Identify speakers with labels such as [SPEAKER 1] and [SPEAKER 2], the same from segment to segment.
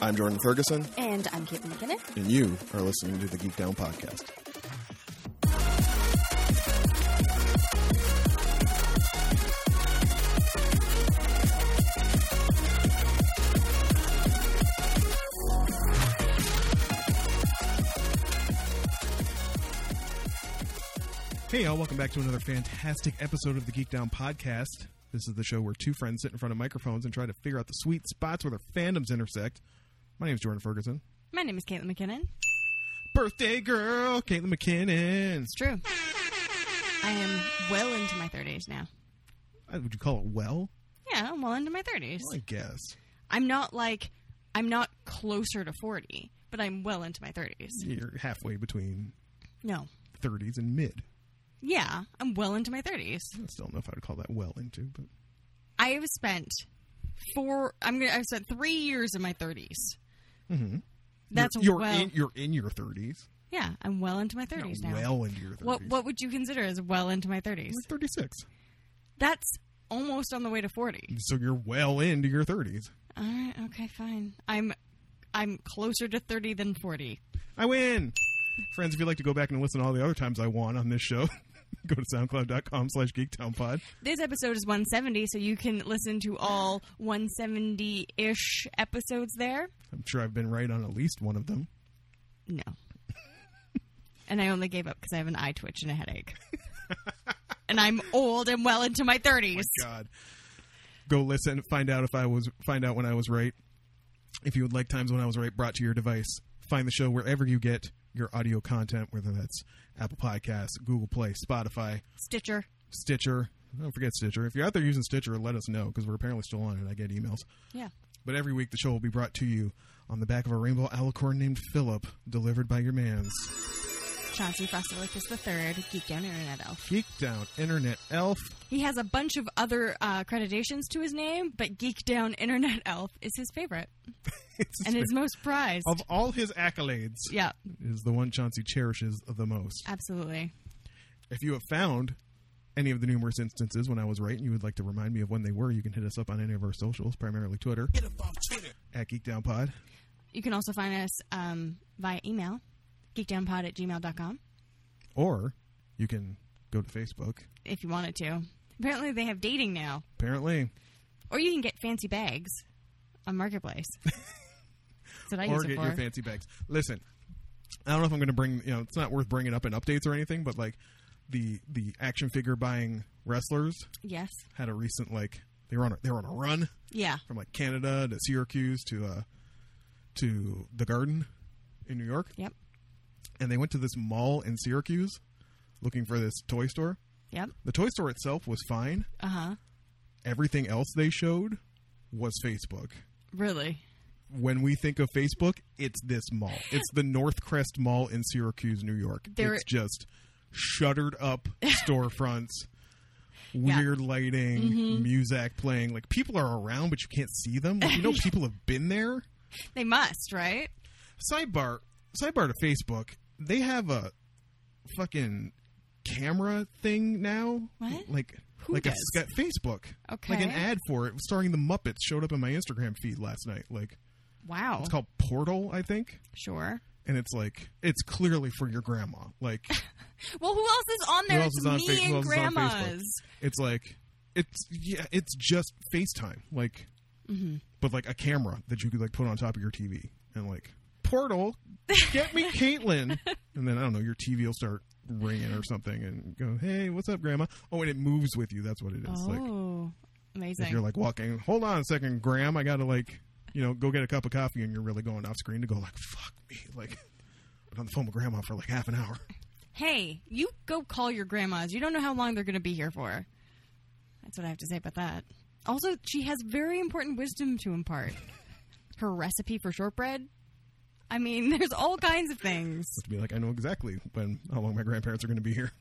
[SPEAKER 1] I'm Jordan Ferguson,
[SPEAKER 2] And I'm Caitlin McKinnon.
[SPEAKER 1] and you are listening to the Geek Down Podcast.
[SPEAKER 3] Hey, y'all, welcome back to another fantastic episode of the Geek Down Podcast. This is the show where two friends sit in front of microphones and try to figure out the sweet spots where their fandoms intersect. My name is Jordan Ferguson.
[SPEAKER 2] My name is Caitlin McKinnon.
[SPEAKER 3] Birthday girl, Caitlin McKinnon.
[SPEAKER 2] It's true. I am well into my 30s now.
[SPEAKER 3] Uh, Would you call it well?
[SPEAKER 2] Yeah, I'm well into my 30s.
[SPEAKER 3] Well, I guess.
[SPEAKER 2] I'm not like, I'm not closer to 40, but I'm well into my 30s.
[SPEAKER 3] You're halfway between
[SPEAKER 2] No.
[SPEAKER 3] 30s and mid.
[SPEAKER 2] Yeah, I'm well into my 30s.
[SPEAKER 3] I still don't know if I would call that well into, but
[SPEAKER 2] I have spent four, I'm gonna, I've spent three years in my 30s. That's
[SPEAKER 3] Mm-hmm. you're, you're
[SPEAKER 2] well.
[SPEAKER 3] in you're in your 30s.
[SPEAKER 2] yeah, I'm well into my
[SPEAKER 3] You're
[SPEAKER 2] 30s now.
[SPEAKER 3] well into your 30s.
[SPEAKER 2] what what would you consider as well into my 30s?
[SPEAKER 3] You're 36.
[SPEAKER 2] That's almost on the way to 40.
[SPEAKER 3] So you're well into your 30s.
[SPEAKER 2] All right, okay, fine. I'm I'm closer to 30 than 40.
[SPEAKER 3] I win. Friends, if you'd like to go back and listen to all the other times I won on this show, go to soundcloud.com slash geektownpod.
[SPEAKER 2] This episode is 170, so you can listen to all 170-ish episodes there.
[SPEAKER 3] I'm sure I've been right on at least one of them.
[SPEAKER 2] No. and I only gave up cuz I have an eye twitch and a headache. and I'm old and well into my 30s.
[SPEAKER 3] God. Go listen, find out if I was find out when I was right. If you would like times when I was right brought to your device, find the show wherever you get your audio content, whether that's Apple Podcasts, Google Play, Spotify,
[SPEAKER 2] Stitcher.
[SPEAKER 3] Stitcher. Don't forget Stitcher. If you're out there using Stitcher, let us know because we're apparently still on it. I get emails.
[SPEAKER 2] Yeah.
[SPEAKER 3] But every week, the show will be brought to you on the back of a rainbow alicorn named Philip, delivered by your man's
[SPEAKER 2] Chauncey Frostolicus the Third, Geek Down Internet Elf.
[SPEAKER 3] Geek Down Internet Elf.
[SPEAKER 2] He has a bunch of other uh, accreditations to his name, but Geek Down Internet Elf is his favorite
[SPEAKER 3] It's his
[SPEAKER 2] and his
[SPEAKER 3] favorite.
[SPEAKER 2] most prized.
[SPEAKER 3] of all his accolades,
[SPEAKER 2] Yeah,
[SPEAKER 3] is the one Chauncey cherishes the most.
[SPEAKER 2] absolutely.
[SPEAKER 3] If you have found any of the numerous instances when I was right and you would like to remind me of when they were, you can hit us up on any of our socials, primarily Twitter, at Geek Down Pod.
[SPEAKER 2] You can also find us um, via email, geekdownpod at gmail.com,
[SPEAKER 3] or you can go to Facebook.
[SPEAKER 2] if you wanted to. Apparently, they have dating now.
[SPEAKER 3] Apparently,
[SPEAKER 2] Or you can get fancy bags on Marketplace. That's what I
[SPEAKER 3] or
[SPEAKER 2] use it
[SPEAKER 3] get
[SPEAKER 2] for.
[SPEAKER 3] your fancy bags. Listen, I don't know if I'm going to bring. You know, it's not worth bringing up in updates or anything, but like the the action figure buying wrestlers
[SPEAKER 2] yes.
[SPEAKER 3] had a recent like they were on a, they were on a run
[SPEAKER 2] Yeah.
[SPEAKER 3] from like Canada to Syracuse to uh to the Garden in New York,
[SPEAKER 2] Yep.
[SPEAKER 3] and they went to this mall in Syracuse looking for this toy store.
[SPEAKER 2] Yep.
[SPEAKER 3] The toy store itself was fine.
[SPEAKER 2] Uh huh.
[SPEAKER 3] Everything else they showed was Facebook.
[SPEAKER 2] Really?
[SPEAKER 3] when we think of Facebook, it's this mall. It's the North Crest Mall in Syracuse, New York.
[SPEAKER 2] There-
[SPEAKER 3] it's just shuttered up storefronts, weird lighting, music playing. Like people are around, but you can't see them. Like, you know, people have been there.
[SPEAKER 2] They must, right?
[SPEAKER 3] Sidebar, sidebar to Facebook. They have a fucking camera thing now.
[SPEAKER 2] What?
[SPEAKER 3] Like.
[SPEAKER 2] Who
[SPEAKER 3] like
[SPEAKER 2] does?
[SPEAKER 3] a Sky- Facebook, like
[SPEAKER 2] Okay.
[SPEAKER 3] an ad for it, starring the Muppets, showed up in my Instagram feed last night. Like
[SPEAKER 2] Wow.
[SPEAKER 3] it's called Portal, I think
[SPEAKER 2] Sure.
[SPEAKER 3] and it's like it's clearly for your grandma. Like
[SPEAKER 2] Well, who else is on there?
[SPEAKER 3] else
[SPEAKER 2] it's
[SPEAKER 3] is on
[SPEAKER 2] me
[SPEAKER 3] Fa- who
[SPEAKER 2] and
[SPEAKER 3] else is on Facebook?
[SPEAKER 2] grandmas.
[SPEAKER 3] it's like it's yeah, it's just FaceTime. Like but like a camera that you could like put on top of your TV and like portal get me Caitlin and then I don't know your TV will start ringing or something and go hey what's up grandma oh and it moves with you that's what it is like if
[SPEAKER 2] oh,
[SPEAKER 3] you're
[SPEAKER 2] amazing.
[SPEAKER 3] like walking hold on a second Graham I gotta like you know go get a cup of coffee and you're really going off screen to go like fuck me like I've been on the phone with grandma for like half an hour
[SPEAKER 2] hey, you go call your grandmas. You don't know how long they're going to be here for. That's what I have to say about that. Also, she has very important wisdom to impart. Her recipe for shortbread. I mean, there's all kinds of things.
[SPEAKER 3] to be like, I know exactly when how long my grandparents are going to be here.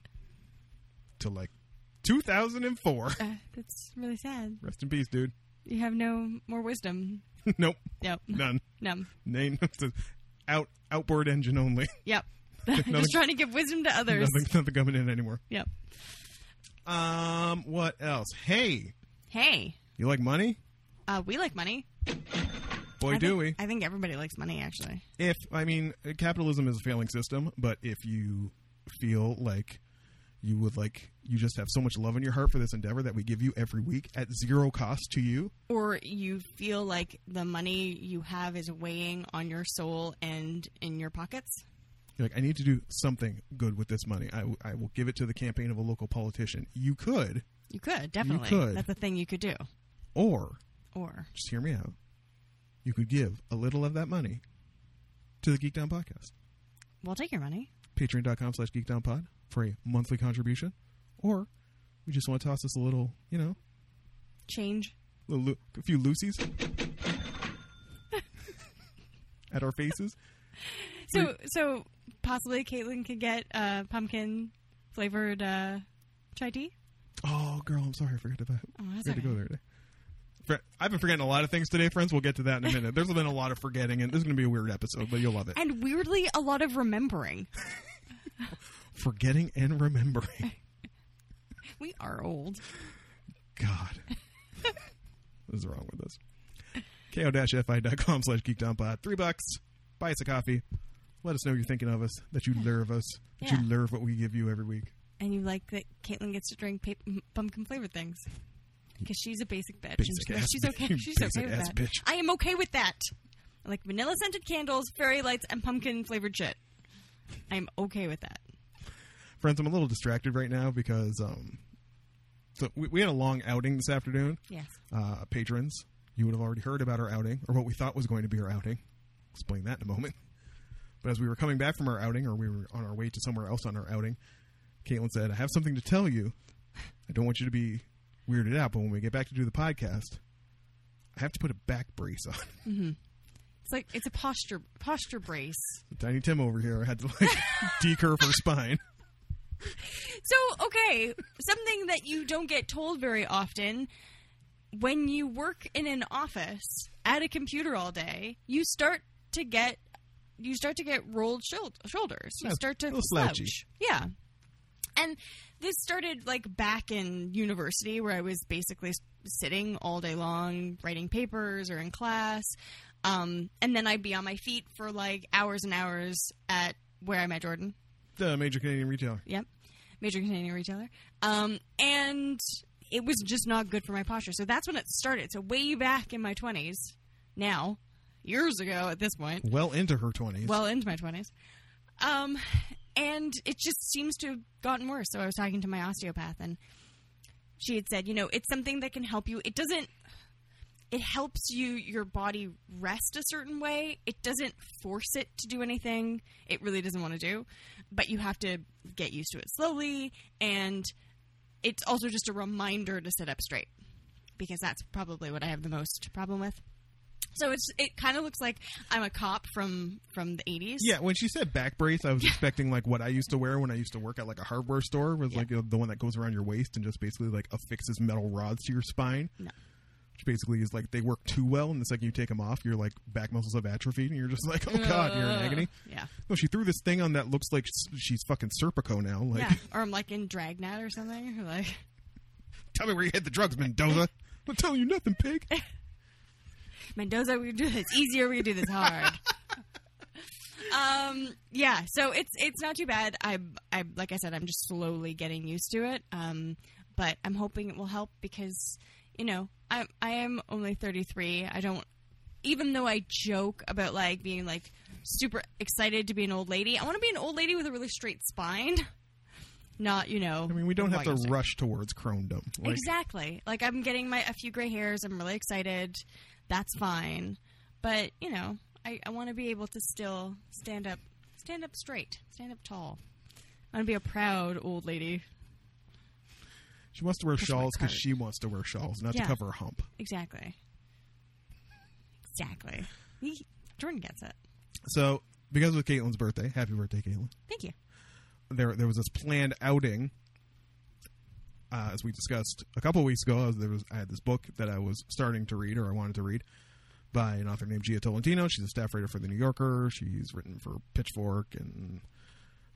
[SPEAKER 3] To like 2004.
[SPEAKER 2] Uh, that's really sad.
[SPEAKER 3] Rest in peace, dude.
[SPEAKER 2] You have no more wisdom.
[SPEAKER 3] nope,
[SPEAKER 2] Yep.
[SPEAKER 3] none.
[SPEAKER 2] No.
[SPEAKER 3] Name out outboard engine only.
[SPEAKER 2] Yep.
[SPEAKER 3] Nothing-
[SPEAKER 2] Just trying to give wisdom to others.
[SPEAKER 3] Nothing, nothing coming in anymore.
[SPEAKER 2] Yep.
[SPEAKER 3] Um, what else? Hey,
[SPEAKER 2] Hey,
[SPEAKER 3] you like money?
[SPEAKER 2] uh, we like money.
[SPEAKER 3] Boy,
[SPEAKER 2] I
[SPEAKER 3] do
[SPEAKER 2] think-
[SPEAKER 3] we.
[SPEAKER 2] I think everybody likes money, actually.
[SPEAKER 3] if I mean uh, capitalism is a failing system, but if you feel like you would like you just have so much love in your heart for this endeavor that we give you every week at zero cost to you,
[SPEAKER 2] Or you feel like the money you have is weighing on your soul and in your pockets.
[SPEAKER 3] you're like I need to do something good with this money. I, I will give it to the campaign of a local politician. You could,
[SPEAKER 2] You could, definitely.
[SPEAKER 3] could.
[SPEAKER 2] That's a thing you could do.
[SPEAKER 3] or
[SPEAKER 2] Or
[SPEAKER 3] just hear me out. You could give a little of that money to the Geek Down podcast.
[SPEAKER 2] we'll take your money.
[SPEAKER 3] patreon.com slash geekdownpod for a monthly contribution or we just want to toss us a little you know
[SPEAKER 2] Change.
[SPEAKER 3] a, lu- a few lucies at our faces
[SPEAKER 2] So so possibly Caitlin could get uh, pumpkin flavored uh, chai tea.
[SPEAKER 3] oh girl i'm sorry i forgot to,
[SPEAKER 2] Oh, that's
[SPEAKER 3] forgot to go
[SPEAKER 2] okay.
[SPEAKER 3] there today Fr- I've been forgetting a lot of things today, friends. We'll get to that in a minute. There's been a lot of forgetting, and this is going to be a weird episode, but you'll love it.
[SPEAKER 2] And weirdly, a lot of remembering.
[SPEAKER 3] Forgetting and remembering.
[SPEAKER 2] We are old.
[SPEAKER 3] God. what is wrong with us? ko-fi.com slash geekdownpod. Three bucks. Buy us a coffee. Let us know you're thinking of us, that you love us, that
[SPEAKER 2] Yeah.
[SPEAKER 3] you love what we give you every week.
[SPEAKER 2] And you like that Caitlin gets to drink pa- m- pumpkin flavored things because she's a basic bitch.
[SPEAKER 3] Basic
[SPEAKER 2] and
[SPEAKER 3] ass
[SPEAKER 2] she's
[SPEAKER 3] bitch.
[SPEAKER 2] okay. She's
[SPEAKER 3] Basic
[SPEAKER 2] okay with
[SPEAKER 3] ass
[SPEAKER 2] that.
[SPEAKER 3] bitch.
[SPEAKER 2] I am okay with that. I like vanilla scented candles, fairy lights, and pumpkin flavored shit. I'm okay with that.
[SPEAKER 3] Friends, I'm a little distracted right now because um, so we, we had a long outing this afternoon.
[SPEAKER 2] Yes.
[SPEAKER 3] Uh, patrons, you would have already heard about our outing, or what we thought was going to be our outing. Explain that in a moment. But as we were coming back from our outing, or we were on our way to somewhere else on our outing, Caitlin said, I have something to tell you. I don't want you to be weirded out, but when we get back to do the podcast, I have to put a back brace on.
[SPEAKER 2] It's like it's a posture posture brace.
[SPEAKER 3] Tiny Tim over here had to like decurve her spine.
[SPEAKER 2] So okay, something that you don't get told very often when you work in an office at a computer all day, you start to get you start to get rolled shul- shoulders. You
[SPEAKER 3] Yeah,
[SPEAKER 2] start
[SPEAKER 3] a
[SPEAKER 2] to
[SPEAKER 3] little slouchy.
[SPEAKER 2] slouch. Yeah. And this started like back in university where I was basically s- sitting all day long writing papers or in class. Um, and then I'd be on my feet for like hours and hours at where I met Jordan.
[SPEAKER 3] The Uh, major Canadian retailer.
[SPEAKER 2] Yep. Major Canadian retailer. Um, and it was just not good for my posture. So that's when it started. So way back in my 20s, now, years ago at this point,
[SPEAKER 3] Well into her 20s.
[SPEAKER 2] well into my 20s. Um, and it just seems to have gotten worse. So I was talking to my osteopath, and she had said, you know, it's something that can help you. It doesn't. It helps you your body rest a certain way. It doesn't force it to do anything. It really doesn't want to do, but you have to get used to it slowly. And it's also just a reminder to sit up straight because that's probably what I have the most problem with. So it's it kind of looks like I'm a cop from from the 80s.
[SPEAKER 3] Yeah, when she said back brace, I was expecting like what I used to wear when I used to work at like a hardware store, was like the one that goes around your waist and just basically like affixes metal rods to your spine.
[SPEAKER 2] No.
[SPEAKER 3] Which basically is like they work too well, and the second you take them off, your like back muscles have atrophied, and you're just like, oh god, you're in
[SPEAKER 2] Ugh.
[SPEAKER 3] agony.
[SPEAKER 2] Uh, Yeah.
[SPEAKER 3] No, she threw this thing on that looks like s- she's fucking Serpico now. Like,
[SPEAKER 2] yeah, or I'm like in Dragnet or something. Like,
[SPEAKER 3] tell me where you hid the drugs, Mendoza. I'm telling you nothing, pig.
[SPEAKER 2] Mendoza, we can do this easier. We can do this hard. um, yeah. So it's it's not too bad. I I like I said, I'm just slowly getting used to it. Um, but I'm hoping it will help because you know I I am only 33. I don't even though I joke about like being like super excited to be an old lady. I want to be an old lady with a really straight spine. Not you know.
[SPEAKER 3] I mean, we don't have to
[SPEAKER 2] rush.
[SPEAKER 3] rush towards Cronedom. Like,
[SPEAKER 2] exactly. Like I'm getting my a few gray hairs. I'm really excited. That's fine. But you know, I, I want to be able to still stand up, stand up straight, stand up tall. I want to be a proud old lady.
[SPEAKER 3] She wants to wear
[SPEAKER 2] my
[SPEAKER 3] shawls because
[SPEAKER 2] card.
[SPEAKER 3] she wants to wear shawls, not
[SPEAKER 2] Yeah.
[SPEAKER 3] to cover her hump.
[SPEAKER 2] Exactly. Exactly. He- Jordan gets it.
[SPEAKER 3] So, because of Caitlin's birthday, happy birthday, Caitlin.
[SPEAKER 2] Thank you.
[SPEAKER 3] there there was this planned outing. Uh, as we discussed a couple weeks ago, I was, there was I had this book that I was starting to read or I wanted to read by an author named Gia Tolentino. She's a staff writer for the New Yorker. She's written for Pitchfork and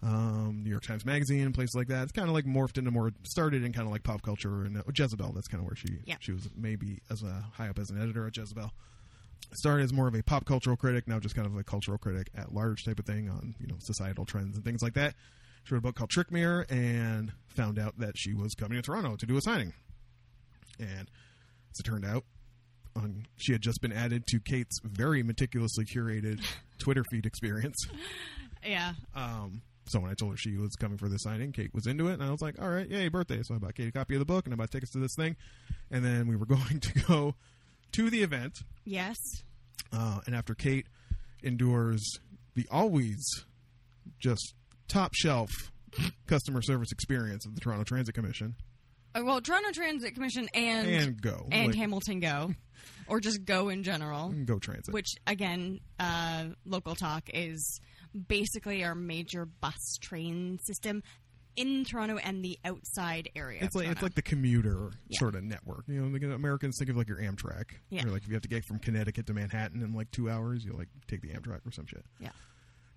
[SPEAKER 3] um, New York Times Magazine and places like that. It's kind of like morphed into more started in kind of like pop culture and uh, Jezebel. That's kind of where she
[SPEAKER 2] Yeah.
[SPEAKER 3] she was maybe as a, high up as an editor at Jezebel. started as more of a pop cultural critic, now just kind of a cultural critic at large type of thing on you know societal trends and things like that. She wrote a book called Trick Mirror and found out that she was coming to Toronto to do a signing. And as it turned out, on she had just been added to Kate's very meticulously curated Twitter feed experience.
[SPEAKER 2] Yeah.
[SPEAKER 3] Um, so when I told her she was coming for the signing, Kate was into it, and I was like, "All right, yay, birthday!" So I bought Kate a copy of the book, and I bought tickets to this thing, and then we were going to go to the event.
[SPEAKER 2] Yes.
[SPEAKER 3] Uh, and after Kate endures the always just top shelf customer service experience of the Toronto Transit Commission,
[SPEAKER 2] Uh, well, Toronto Transit Commission and
[SPEAKER 3] and go
[SPEAKER 2] and
[SPEAKER 3] Like,
[SPEAKER 2] Hamilton Go, or just Go in general.
[SPEAKER 3] go transit,
[SPEAKER 2] which again uh, local talk is basically our major bus train system in toronto and the outside area of
[SPEAKER 3] it's like it's
[SPEAKER 2] Toronto.
[SPEAKER 3] like the commuter
[SPEAKER 2] Yeah.
[SPEAKER 3] sort of network. You know, like, Americans think of like your Amtrak.
[SPEAKER 2] Yeah.
[SPEAKER 3] Or like if you have to get from Connecticut to Manhattan in like two hours, you like take the Amtrak or some shit.
[SPEAKER 2] yeah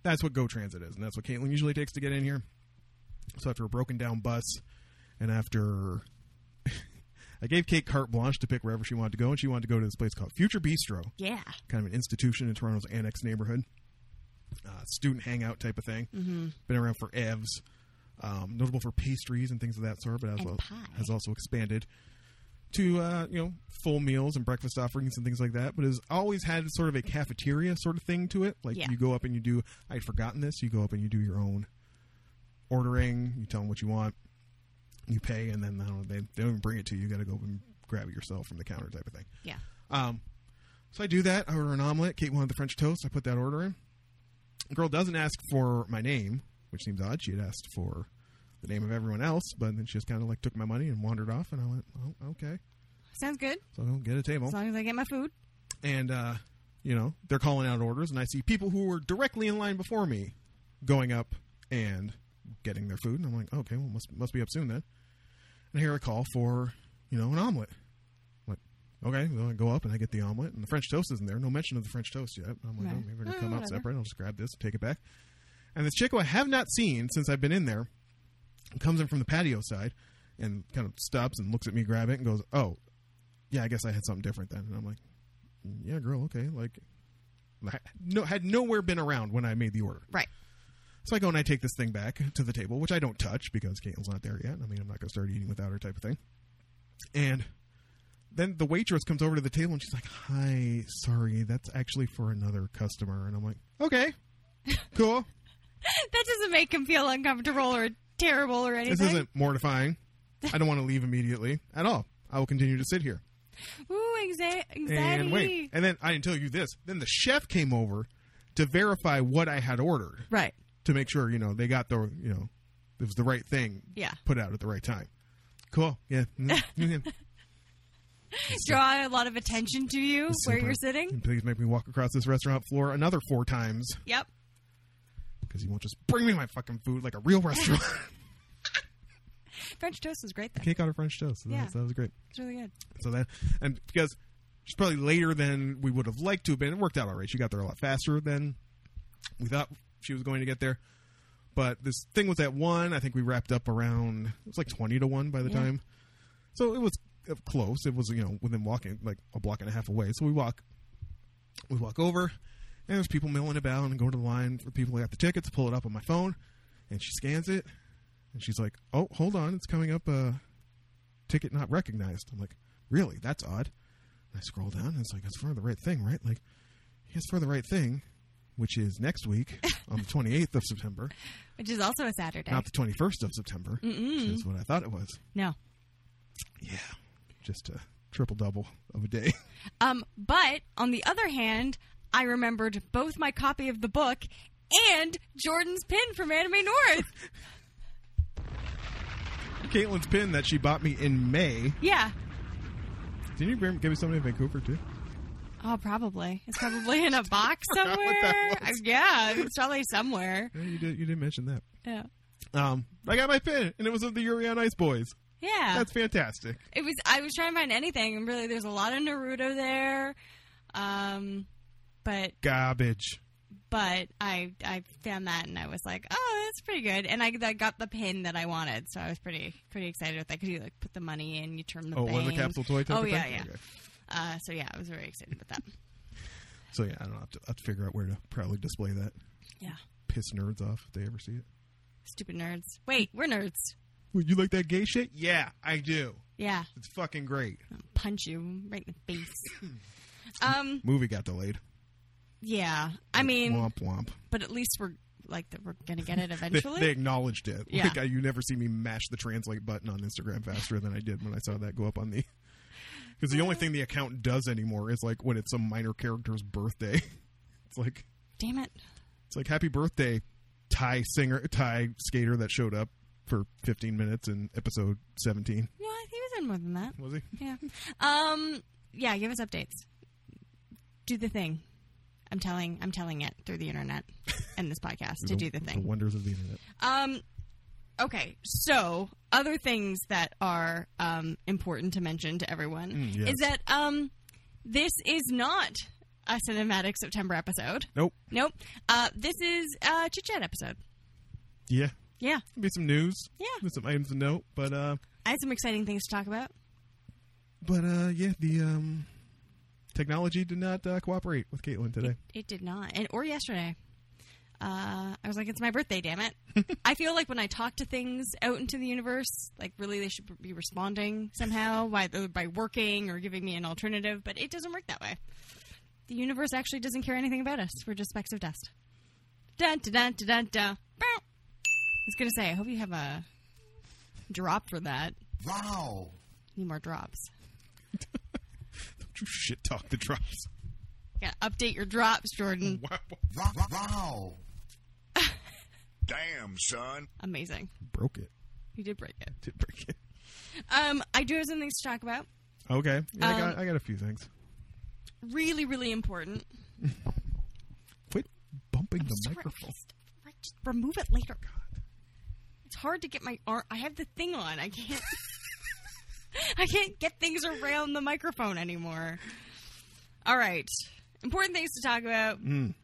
[SPEAKER 3] That's what Go Transit is, and that's what Caitlin usually takes to get in here. So after a broken down bus, and after I gave Kate carte blanche to pick wherever she wanted to go, and she wanted to go to this place called Future Bistro
[SPEAKER 2] yeah
[SPEAKER 3] kind of an institution in Toronto's annex neighborhood, uh, student hangout type of thing. Mm-hmm. Been around for evs, um, notable for pastries and things of that sort, but has,
[SPEAKER 2] And
[SPEAKER 3] al-
[SPEAKER 2] pie.
[SPEAKER 3] has also expanded to uh, you know full meals and breakfast offerings and things like that. But has always had sort of a cafeteria sort of thing to it. Like
[SPEAKER 2] Yeah.
[SPEAKER 3] you go up and you do. I'd forgotten this. You go up and you do your own ordering. You tell them what you want. You pay, and then I don't know, they, they don't even bring it to you. You got to go up and grab it yourself from the counter type of thing.
[SPEAKER 2] yeah
[SPEAKER 3] Um, so I do that. I order an omelet. Kate wanted the French toast. I put that order in. The girl doesn't ask for my name, which seems odd. She had asked for the name of everyone else, but then she just kind of like took my money and wandered off. And I went, oh, okay.
[SPEAKER 2] sounds good
[SPEAKER 3] So I don't get a table.
[SPEAKER 2] as long as i get my food
[SPEAKER 3] And, uh, you know, they're calling out orders. And I see people who were directly in line before me going up and getting their food. And I'm like, okay, well, must, must be up soon then. And I hear a call for, you know, an omelet. I'm like, okay, well, I go up and I get the omelet, and the French toast isn't there. No mention of the French toast yet. I'm like,
[SPEAKER 2] Right.
[SPEAKER 3] oh, maybe we're gonna
[SPEAKER 2] Oh,
[SPEAKER 3] come out
[SPEAKER 2] whatever.
[SPEAKER 3] separate. I'll just grab this, take it back. And this chick who I have not seen since I've been in there comes in from the patio side and kind of stops and looks at me grab it and goes, oh, yeah, I guess I had something different then. And I'm like, yeah, girl, okay, like. I- No, had nowhere been around when I made the order.
[SPEAKER 2] right
[SPEAKER 3] So I go and I take this thing back to the table, which I don't touch because Caitlin's not there yet. I mean, I'm not going to start eating without her type of thing. And then the waitress comes over to the table and she's like, "Hi, sorry, that's actually for another customer." And I'm like, "Okay, cool.
[SPEAKER 2] that doesn't make him feel uncomfortable or terrible or anything
[SPEAKER 3] this isn't mortifying. I don't want to leave immediately at all. I will continue to sit here."
[SPEAKER 2] ooh anxi- anxiety
[SPEAKER 3] And wait, and then I didn't tell you this. Then the chef came over to verify what I had ordered
[SPEAKER 2] right
[SPEAKER 3] to make sure you know they got the you know it was the right thing
[SPEAKER 2] yeah
[SPEAKER 3] put out at the right time. Cool. Yeah. Mm-hmm.
[SPEAKER 2] draw a lot of attention to you where
[SPEAKER 3] Super. Hmm.
[SPEAKER 2] you're sitting
[SPEAKER 3] And please make me walk across this restaurant floor another four times
[SPEAKER 2] yep
[SPEAKER 3] because you won't just bring me my fucking food like a real restaurant.
[SPEAKER 2] french toast is great though
[SPEAKER 3] Cake out of French toast. So
[SPEAKER 2] Yeah.
[SPEAKER 3] that, that was great.
[SPEAKER 2] it's really good
[SPEAKER 3] So that and because she's probably later than we would have liked to have been. It worked out all right. She got there a lot faster than we thought she was going to get there. But this thing was at one. I think we wrapped up around it was like twenty to one by the
[SPEAKER 2] Yeah.
[SPEAKER 3] time. So it was uh, close. It was you know within walking like a block and a half away. So we walk, we walk over, and there's people milling about and go to the line for people that got the tickets. Pull it up on my phone, and she scans it, and she's like, "Oh, hold on, it's coming up. Uh, ticket not recognized." I'm like, "Really? That's odd." And I scroll down, and it's like, "It's for the right thing, right?" Like, it's for the right thing, which is next week on the 28th of September,
[SPEAKER 2] which is also a saturday
[SPEAKER 3] not the 21st of September, which is what I thought it was.
[SPEAKER 2] no
[SPEAKER 3] Yeah, just a triple double of a day.
[SPEAKER 2] Um, but on the other hand, I remembered both my copy of the book and Jordan's pin from Anime North.
[SPEAKER 3] Caitlin's pin that she bought me in May.
[SPEAKER 2] Yeah.
[SPEAKER 3] Didn't you bring- give me something in Vancouver too?
[SPEAKER 2] Oh, probably. It's probably in a box
[SPEAKER 3] forgot what that
[SPEAKER 2] somewhere.
[SPEAKER 3] was.
[SPEAKER 2] Yeah, it's probably somewhere.
[SPEAKER 3] Yeah, you did. You did mention that.
[SPEAKER 2] Yeah.
[SPEAKER 3] Um, I got my pin, and it was of the Yuri on Ice boys.
[SPEAKER 2] Yeah.
[SPEAKER 3] That's fantastic.
[SPEAKER 2] it was I was trying to find anything and really there's a lot of Naruto there. Um but
[SPEAKER 3] Garbage.
[SPEAKER 2] but I I found that and I was like, oh, that's pretty good. And I, I got the pin that I wanted, so I was pretty pretty excited with that because you like put the money in, you turn the
[SPEAKER 3] Oh,
[SPEAKER 2] bang.
[SPEAKER 3] one of the capsule toy. Type
[SPEAKER 2] oh
[SPEAKER 3] of
[SPEAKER 2] yeah,
[SPEAKER 3] thing?
[SPEAKER 2] yeah.
[SPEAKER 3] Okay.
[SPEAKER 2] Uh, so yeah, I was very excited about that.
[SPEAKER 3] So yeah, I don't know. I have to, I have to figure out where to proudly display that.
[SPEAKER 2] Yeah.
[SPEAKER 3] Piss nerds off if they ever see it.
[SPEAKER 2] Stupid nerds. Wait, we're nerds.
[SPEAKER 3] Well, you like that gay shit? Yeah, I do.
[SPEAKER 2] Yeah.
[SPEAKER 3] It's fucking great.
[SPEAKER 2] I'll punch you right in the face. um.
[SPEAKER 3] Movie got delayed.
[SPEAKER 2] Yeah. I mean,
[SPEAKER 3] womp womp.
[SPEAKER 2] but at least we're like that. We're gonna get it
[SPEAKER 3] They,
[SPEAKER 2] eventually.
[SPEAKER 3] they acknowledged it.
[SPEAKER 2] Yeah.
[SPEAKER 3] Like I, you never see me mash the translate button on Instagram faster than I did when I saw that go up on the. Because the only thing the account does anymore is like when it's some minor character's birthday. It's like
[SPEAKER 2] Damn it.
[SPEAKER 3] It's like happy birthday, Thai singer, Thai skater that showed up for 15 minutes in episode 17.
[SPEAKER 2] No, I think it was in more than that.
[SPEAKER 3] Was he?
[SPEAKER 2] Yeah. Um. Yeah. Give us updates. Do the thing. I'm telling. I'm telling it through the internet and this podcast to do the
[SPEAKER 3] The
[SPEAKER 2] thing.
[SPEAKER 3] wonders of the internet.
[SPEAKER 2] Um. Okay. So other things that are um, important to mention to everyone
[SPEAKER 3] Mm, yes.
[SPEAKER 2] is that um, this is not a cinematic September episode.
[SPEAKER 3] Nope.
[SPEAKER 2] Nope. Uh, this is a chit chat episode.
[SPEAKER 3] Yeah.
[SPEAKER 2] Yeah.
[SPEAKER 3] Be some news.
[SPEAKER 2] Yeah.
[SPEAKER 3] Be some items to note, but uh,
[SPEAKER 2] I had some exciting things to talk about.
[SPEAKER 3] but uh, yeah, the um, technology did not uh, cooperate with Caitlin today.
[SPEAKER 2] It did not, and or yesterday. Uh, I was like, "It's my birthday, damn it!" I feel like when I talk to things out into the universe, like really they should be responding somehow by by working or giving me an alternative, but it doesn't work that way. The universe actually doesn't care anything about us. We're just specks of dust. Dun dun dun dun dun. dun. Bow. I was gonna say, I hope you have a drop for that.
[SPEAKER 1] Wow.
[SPEAKER 2] Need more drops.
[SPEAKER 3] Don't you shit talk the drops.
[SPEAKER 2] Gotta update your drops, Jordan.
[SPEAKER 3] Wow.
[SPEAKER 4] Wow. Damn, son.
[SPEAKER 2] Amazing.
[SPEAKER 3] Broke it.
[SPEAKER 2] You did break it.
[SPEAKER 3] Did break it.
[SPEAKER 2] Um, I do have some things to talk about.
[SPEAKER 3] Okay. Yeah, I, got,
[SPEAKER 2] Um,
[SPEAKER 3] I got a few things.
[SPEAKER 2] really, really important.
[SPEAKER 3] Quit bumping the
[SPEAKER 2] Sorry,
[SPEAKER 3] microphone.
[SPEAKER 2] Just, right, just remove it later. It's hard to get my arm. I have the thing on. I can't. I can't get things around the microphone anymore. All right, important things to talk about.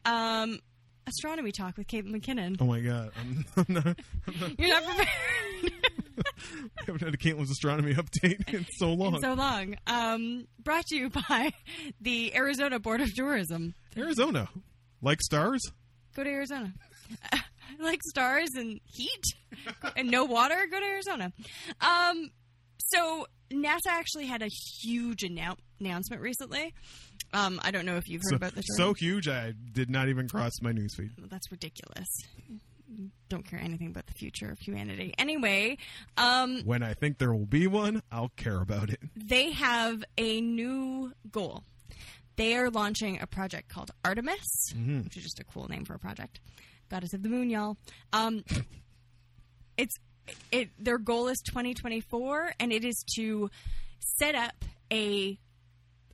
[SPEAKER 2] Um, astronomy talk with Caitlin McKinnon.
[SPEAKER 3] Mm. Oh my god. I'm, I'm not.
[SPEAKER 2] You're not prepared.
[SPEAKER 3] I haven't had a Caitlin's astronomy update in so long.
[SPEAKER 2] Been so long. Um, brought to you by the Arizona Board of Tourism.
[SPEAKER 3] Arizona, like stars.
[SPEAKER 2] Go to Arizona. like stars and heat and no water, go to Arizona. Um, so NASA actually had a huge annou- announcement recently. Um, I don't know if you've heard
[SPEAKER 3] So,
[SPEAKER 2] about this.
[SPEAKER 3] so huge, I did not even cross my newsfeed.
[SPEAKER 2] that's ridiculous. Don't care anything about the future of humanity. Anyway, um,
[SPEAKER 3] When I think there will be one, I'll care about it.
[SPEAKER 2] they have a new goal. They are launching a project called Artemis, which is just a cool name for a project. Goddess of the Moon, y'all. Um, it's it. Their goal is 2024, and it is to set up a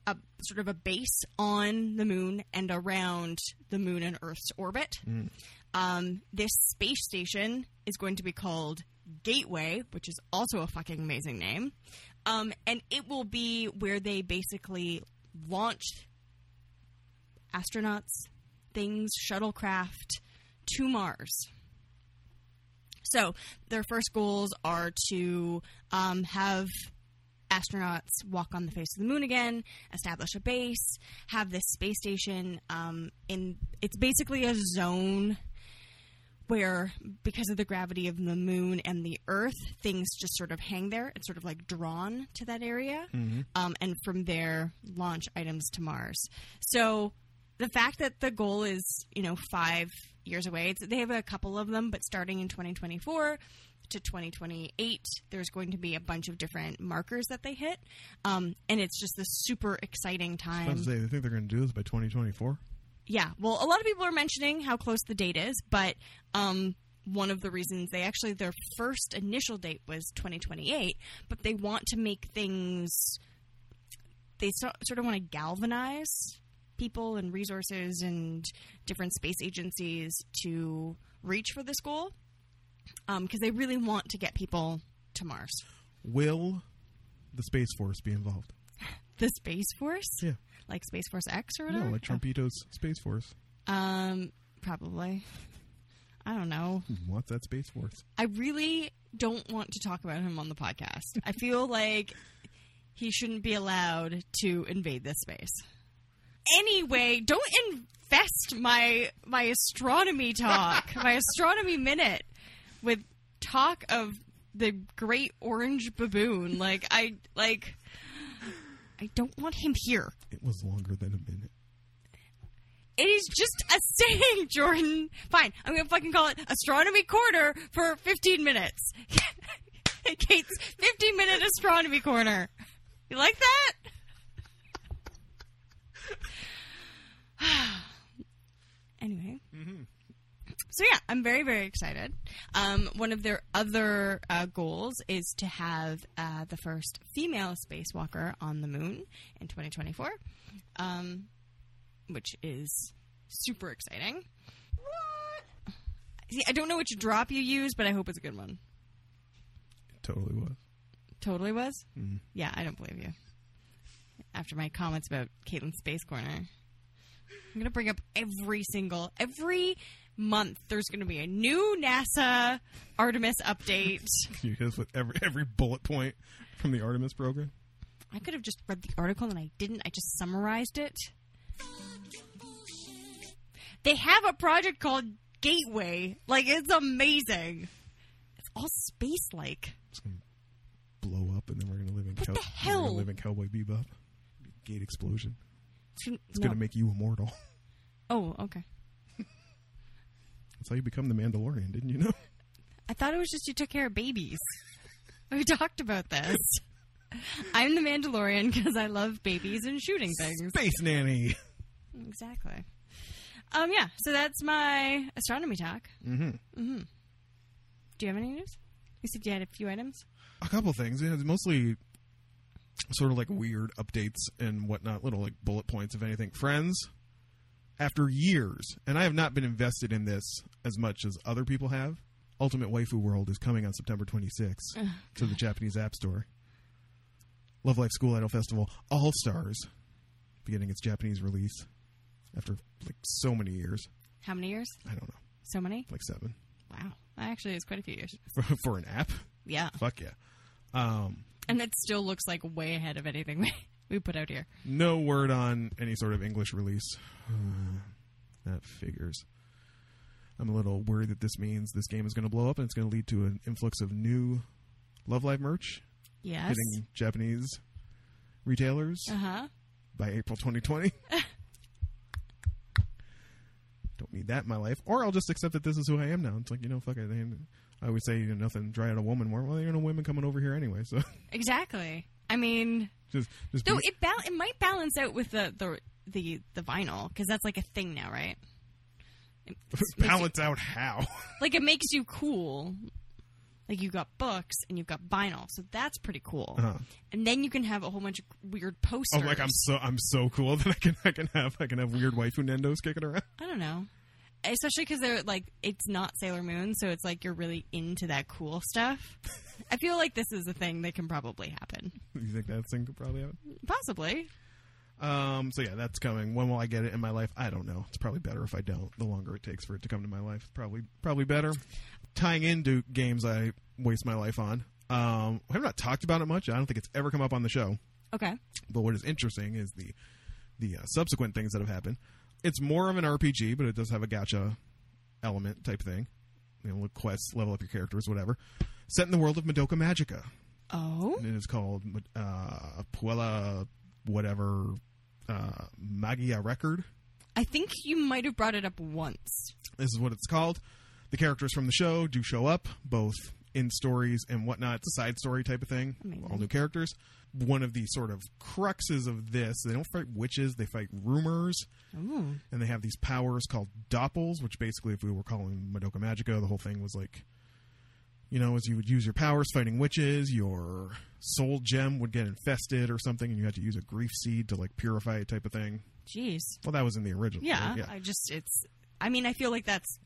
[SPEAKER 2] a sort of a base on the moon and around the moon and Earth's orbit. Um, this space station is going to be called Gateway, which is also a fucking amazing name. Um, and it will be where they basically launch astronauts, things, shuttlecraft to Mars. So their first goals are to um, have astronauts walk on the face of the moon again, establish a base, have this space station. Um, in it's basically a zone where, because of the gravity of the moon and the Earth, things just sort of hang there. It's sort of like drawn to that area, um, and from there, launch items to Mars. So the fact that the goal is you know five years away it's, they have a couple of them but starting in 2024 to 2028 there's going to be a bunch of different markers that they hit um, and it's just this super exciting
[SPEAKER 3] I
[SPEAKER 2] time
[SPEAKER 3] was about to say, they think they're going to do this by 2024.
[SPEAKER 2] yeah well a lot of people are mentioning how close the date is but um, one of the reasons they actually their first initial date was 2028 but they want to make things they so, sort of want to galvanize people and resources and different space agencies to reach for this goal because they really want to get people to mars
[SPEAKER 3] Will the Space Force be involved?
[SPEAKER 2] the space force
[SPEAKER 3] Yeah.
[SPEAKER 2] like space force x or whatever
[SPEAKER 3] No, like Trumpito's Space Force.
[SPEAKER 2] um probably i don't know
[SPEAKER 3] Who wants that Space Force?
[SPEAKER 2] I really don't want to talk about him on the podcast. I feel like he shouldn't be allowed to invade this space. anyway, don't invest my my astronomy talk, my astronomy minute with talk of the great orange baboon. Like I like I don't want him here.
[SPEAKER 3] It was longer than a minute.
[SPEAKER 2] It is just a saying, Jordan. Fine, I'm gonna fucking call it astronomy quarter for 15 minutes. Kate's 15 minute astronomy corner. You like that? anyway. So yeah, I'm very very excited. Um, one of their other uh, goals is to have uh, the first female spacewalker on the moon in 2024, um, which is super exciting. See, I don't know which drop you use, but I hope it's a good one.
[SPEAKER 3] It totally was.
[SPEAKER 2] Totally was. Yeah, I don't believe you. After my comments about Caitlin's Space Corner, I'm going to bring up every single every month. There's going to be a new NASA Artemis update.
[SPEAKER 3] You hit us with every every bullet point from the Artemis program.
[SPEAKER 2] I could have just read the article and I didn't. I just summarized it. They have a project called Gateway. Like it's amazing. It's all space like.
[SPEAKER 3] It's gonna blow up, and then we're gonna live in
[SPEAKER 2] What
[SPEAKER 3] cow-
[SPEAKER 2] the
[SPEAKER 3] We're
[SPEAKER 2] hell?
[SPEAKER 3] gonna live in Cowboy Bebop. Gate explosion. It's gonna make you immortal.
[SPEAKER 2] Oh, okay.
[SPEAKER 3] That's how you become the Mandalorian, didn't you know?
[SPEAKER 2] I thought it was just you took care of babies. we talked about this. I'm the Mandalorian because I love babies and shooting things.
[SPEAKER 3] Space nanny.
[SPEAKER 2] Exactly. Um, yeah. So that's my astronomy talk. Mm-hmm. Do you have any news? You said you had a few items.
[SPEAKER 3] a couple things. Yeah, it's mostly sort of like weird updates and whatnot, little like bullet points if anything. Friends, after years, and I have not been invested in this as much as other people have. Ultimate Waifu World is coming on September 26th to the Japanese App Store. Love Life School Idol Festival All Stars, beginning its Japanese release after like so many years.
[SPEAKER 2] How many years?
[SPEAKER 3] I don't know,
[SPEAKER 2] So many.
[SPEAKER 3] like seven
[SPEAKER 2] Wow. Actually, it's quite a few years.
[SPEAKER 3] for, for an app.
[SPEAKER 2] Yeah.
[SPEAKER 3] Fuck yeah. Um,
[SPEAKER 2] And it still looks like way ahead of anything we, we put out here.
[SPEAKER 3] no word on any sort of English release. that figures. I'm a little worried that this means this game is going to blow up and it's going to lead to an influx of new Love Live merch
[SPEAKER 2] Yes.
[SPEAKER 3] hitting Japanese retailers
[SPEAKER 2] Uh huh.
[SPEAKER 3] by April 2020. Don't need that in my life. Or I'll just accept that this is who I am now. It's like, you know, fuck it. I always say, you know, nothing dry out a woman more. Well, there are no women coming over here anyway. So
[SPEAKER 2] Exactly. I mean,
[SPEAKER 3] just, just
[SPEAKER 2] Though
[SPEAKER 3] be-
[SPEAKER 2] it bal- it might balance out with the the the, the vinyl because that's like a thing now, right? It makes you-
[SPEAKER 3] balance out how.
[SPEAKER 2] like it makes you cool. Like you got books and you've got vinyl, so that's pretty cool.
[SPEAKER 3] Uh-huh.
[SPEAKER 2] And then you can have a whole bunch of weird posters.
[SPEAKER 3] Oh, like I'm so I'm so cool that I can I can have I can have weird waifu nendos kicking around.
[SPEAKER 2] I don't know. Especially because they're like it's not Sailor Moon, so it's like you're really into that cool stuff. I feel like this is a thing that can probably happen.
[SPEAKER 3] You think that thing could probably happen?
[SPEAKER 2] Possibly.
[SPEAKER 3] Um. So yeah, that's coming. When will I get it in my life? I don't know. It's probably better if I don't. The longer it takes for it to come to my life, it's probably probably better. Tying into games I waste my life on. Um, I've not talked about it much. I don't think it's ever come up on the show.
[SPEAKER 2] Okay.
[SPEAKER 3] But what is interesting is the the uh, subsequent things that have happened. It's more of an RPG, but it does have a gacha element type thing. You know, look quests, level up your characters, whatever. Set in the world of Madoka Magica,
[SPEAKER 2] Oh.
[SPEAKER 3] and it is called uh, Puella whatever uh, Magia Record.
[SPEAKER 2] I think you might have brought it up once.
[SPEAKER 3] This is what it's called. The characters from the show do show up, both in stories and whatnot. It's a side story type of thing.
[SPEAKER 2] Amazing.
[SPEAKER 3] All new characters. One of the sort of cruxes of this, they don't fight witches, they fight rumors.
[SPEAKER 2] Ooh.
[SPEAKER 3] and they have these powers called doppels, which basically, if we were calling Madoka Magica, the whole thing was like, you know, as you would use your powers fighting witches, your soul gem would get infested or something, and you had to use a grief seed to like purify it, type of thing.
[SPEAKER 2] Jeez.
[SPEAKER 3] Well, that was in the original.
[SPEAKER 2] Yeah,
[SPEAKER 3] right?
[SPEAKER 2] I just it's. I mean, I feel like that's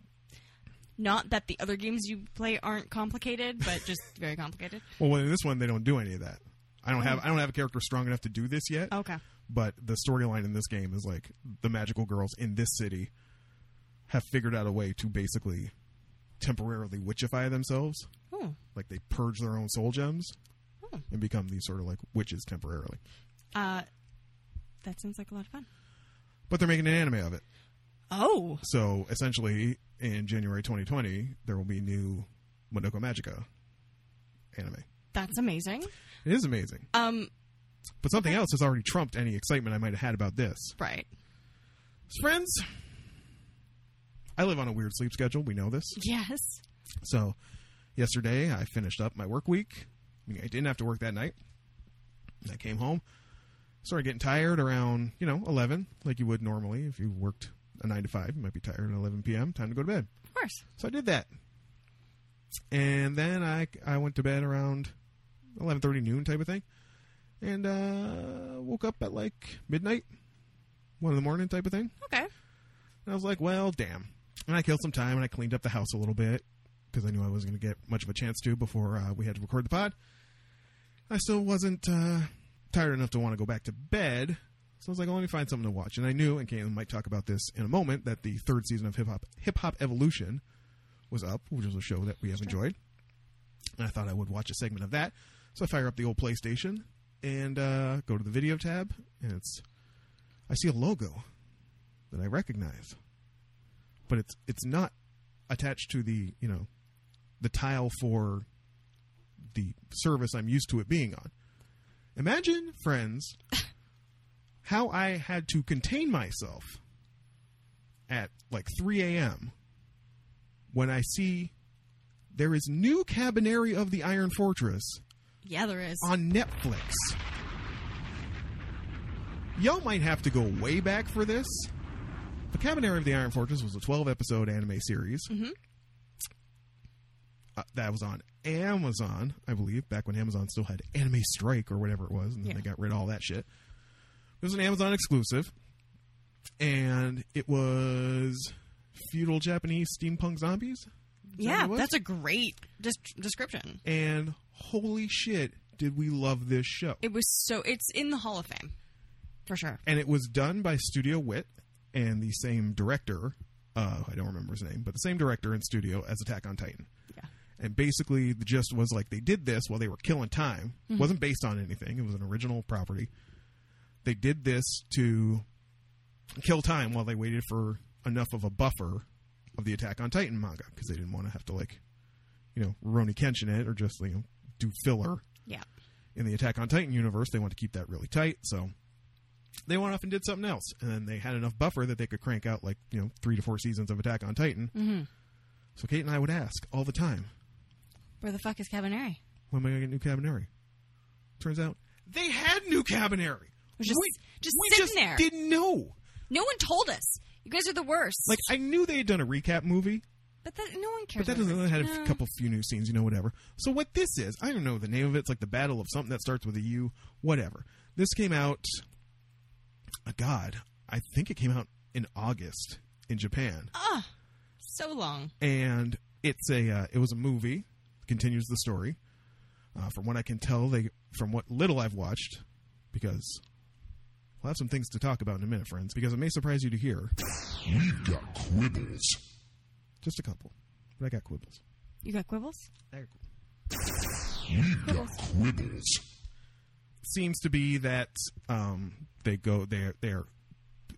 [SPEAKER 2] not that the other games you play aren't complicated, but just very complicated.
[SPEAKER 3] Well, well, in this one, they don't do any of that. I don't have I don't have a character strong enough to do this yet.
[SPEAKER 2] Okay.
[SPEAKER 3] but the storyline in this game is like the magical girls in this city have figured out a way to basically temporarily witchify themselves.
[SPEAKER 2] Oh,
[SPEAKER 3] like they purge their own soul gems
[SPEAKER 2] Hmm.
[SPEAKER 3] and become these sort of like witches temporarily.
[SPEAKER 2] uh, that sounds like a lot of fun.
[SPEAKER 3] but they're making an anime of it.
[SPEAKER 2] Oh,
[SPEAKER 3] So essentially, in January 2020, there will be new Madoka Magica anime.
[SPEAKER 2] that's amazing.
[SPEAKER 3] It is amazing,
[SPEAKER 2] Um,
[SPEAKER 3] but something else has already trumped any excitement I might have had about this.
[SPEAKER 2] right.
[SPEAKER 3] Friends, I live on a weird sleep schedule. We know this.
[SPEAKER 2] Yes.
[SPEAKER 3] So, yesterday I finished up my work week. I, mean, I didn't have to work that night. And I came home, started getting tired around you know 11, like you would normally if you worked a nine to five. You might be tired at 11 p.m. Time to go to bed.
[SPEAKER 2] Of course.
[SPEAKER 3] So I did that, and then I I went to bed around eleven thirty noon type of thing, and uh, woke up at like midnight, one in the morning type of thing.
[SPEAKER 2] Okay.
[SPEAKER 3] And I was like, well, damn. And I killed some time and I cleaned up the house a little bit because I knew I wasn't going to get much of a chance to before uh, we had to record the pod. I still wasn't uh, tired enough to want to go back to bed. So I was like, well, let me find something to watch. And I knew, and Caitlin might talk about this in a moment, that the third season of Hip Hop Hip Hop Evolution was up, which is a show that we have enjoyed. And I thought I would watch a segment of that. So I fire up the old PlayStation and uh, go to the video tab, and it's I see a logo that I recognize. But it's it's not attached to the you know the tile for the service I'm used to it being on. Imagine, friends, how I had to contain myself at like 3 a.m. when I see there is new Cabinary of the Iron Fortress
[SPEAKER 2] Yeah, there is.
[SPEAKER 3] on Netflix. Y'all might have to go way back for this. The Cabinary of the Iron Fortress was a 12 episode anime series uh, that was on Amazon, I believe, back when Amazon still had Anime Strike or whatever it was, and then
[SPEAKER 2] Yeah.
[SPEAKER 3] they got rid of all that shit. It was an Amazon exclusive, and it was feudal Japanese steampunk zombies. that what
[SPEAKER 2] yeah,
[SPEAKER 3] it was?
[SPEAKER 2] that's a great des- description.
[SPEAKER 3] And holy shit, did we love this show!
[SPEAKER 2] It was so. It's in the Hall of Fame, for sure.
[SPEAKER 3] and it was done by Studio Wit and the same director. Uh, I don't remember his name, but the same director and studio as Attack on Titan.
[SPEAKER 2] Yeah.
[SPEAKER 3] And basically, the gist was like they did this while they were killing time. It wasn't based on anything. It was an original property. They did this to kill time while they waited for enough of a buffer of the Attack on Titan manga because they didn't want to have to like, you know, Roni Kenshin it or just you know do filler
[SPEAKER 2] Yeah.
[SPEAKER 3] in the Attack on Titan universe, they want to keep that really tight. So they went off and did something else, and then they had enough buffer that they could crank out like you know three to four seasons of Attack on Titan. Mm-hmm. So Kate and I would ask all the time,
[SPEAKER 2] Where the fuck is Cabaneri?
[SPEAKER 3] "When am I going to get new Cabinary?" Turns out they had new Cabinary.
[SPEAKER 2] was just-
[SPEAKER 3] we,
[SPEAKER 2] just
[SPEAKER 3] we
[SPEAKER 2] sitting
[SPEAKER 3] just
[SPEAKER 2] there.
[SPEAKER 3] Didn't know.
[SPEAKER 2] No one told us. You guys are the worst.
[SPEAKER 3] Like I knew they had done a recap movie,
[SPEAKER 2] but that, no one cares.
[SPEAKER 3] but that
[SPEAKER 2] about
[SPEAKER 3] doesn't that had
[SPEAKER 2] No.
[SPEAKER 3] a couple few new scenes, you know, whatever. So what this is, I don't know the name of it. It's like the Battle of something that starts with a U, whatever. This came out, uh, God, I think it came out in August in Japan,
[SPEAKER 2] So long.
[SPEAKER 3] and it's a uh, it was a movie, continues the story. Uh, from what I can tell, they from what little I've watched, because we'll have some things to talk about in a minute, friends. Because it may surprise you to hear
[SPEAKER 4] We've got quibbles.
[SPEAKER 3] just a couple, but I got quibbles.
[SPEAKER 2] You got quibbles?
[SPEAKER 3] I got quibbles.
[SPEAKER 4] We've got quibbles.
[SPEAKER 3] seems to be that um, they go they are they're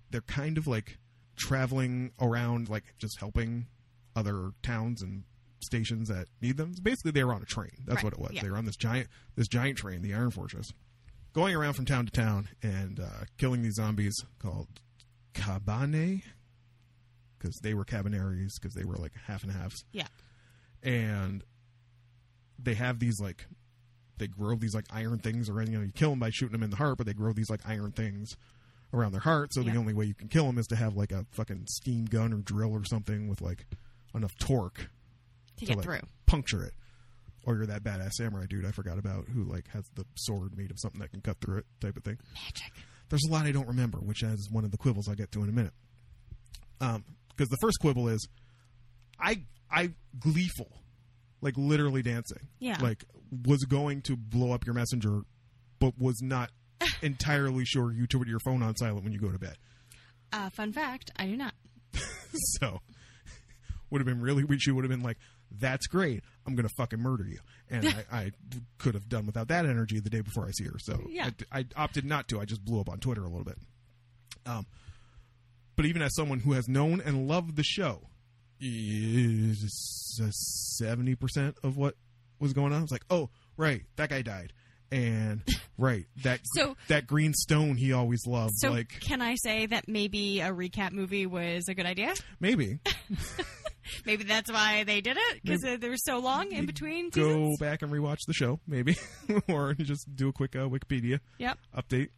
[SPEAKER 3] they're kind of like traveling around like just helping other towns and stations that need them. Basically, they were on a train. That's
[SPEAKER 2] Right,
[SPEAKER 3] what it was.
[SPEAKER 2] yeah.
[SPEAKER 3] They were on this giant this giant train, the Iron Fortress, going around from town to town and uh, killing these zombies called Cabane because they were Cabaneries because they were like half and halves
[SPEAKER 2] Yeah.
[SPEAKER 3] and they have these like they grow these like iron things around you know you kill them by shooting them in the heart but they grow these like iron things around their heart so
[SPEAKER 2] Yeah.
[SPEAKER 3] the only way you can kill them is to have like a fucking steam gun or drill or something with like enough torque
[SPEAKER 2] To get
[SPEAKER 3] like,
[SPEAKER 2] through.
[SPEAKER 3] puncture it or you're that badass samurai dude i forgot about who like has the sword made of something that can cut through it type of thing
[SPEAKER 2] Magic.
[SPEAKER 3] there's a lot I don't remember, which is one of the quibbles I'll get to in a minute. Because the first quibble is, I I gleeful, like literally dancing.
[SPEAKER 2] Yeah.
[SPEAKER 3] Like was going to blow up your messenger, but was not entirely sure you put your phone on silent when you go to bed.
[SPEAKER 2] Uh, fun fact, I do not.
[SPEAKER 3] So would have been really weird. She would have been like, "That's great. I'm gonna fucking murder you." And I, I could have done without that energy the day before I see her. So
[SPEAKER 2] Yeah.
[SPEAKER 3] I, I opted not to. I just blew up on Twitter a little bit. Um, But even as someone who has known and loved the show, seventy percent of what was going on. It's like, oh, right, that guy died, and right that
[SPEAKER 2] So-
[SPEAKER 3] that green stone he always loved.
[SPEAKER 2] So
[SPEAKER 3] like
[SPEAKER 2] can I say that maybe a recap movie was a good idea?
[SPEAKER 3] maybe
[SPEAKER 2] Maybe that's why they did it because there was so long in between
[SPEAKER 3] go
[SPEAKER 2] seasons.
[SPEAKER 3] back and rewatch the show, maybe, or just do a quick uh, Wikipedia
[SPEAKER 2] Yep.
[SPEAKER 3] update.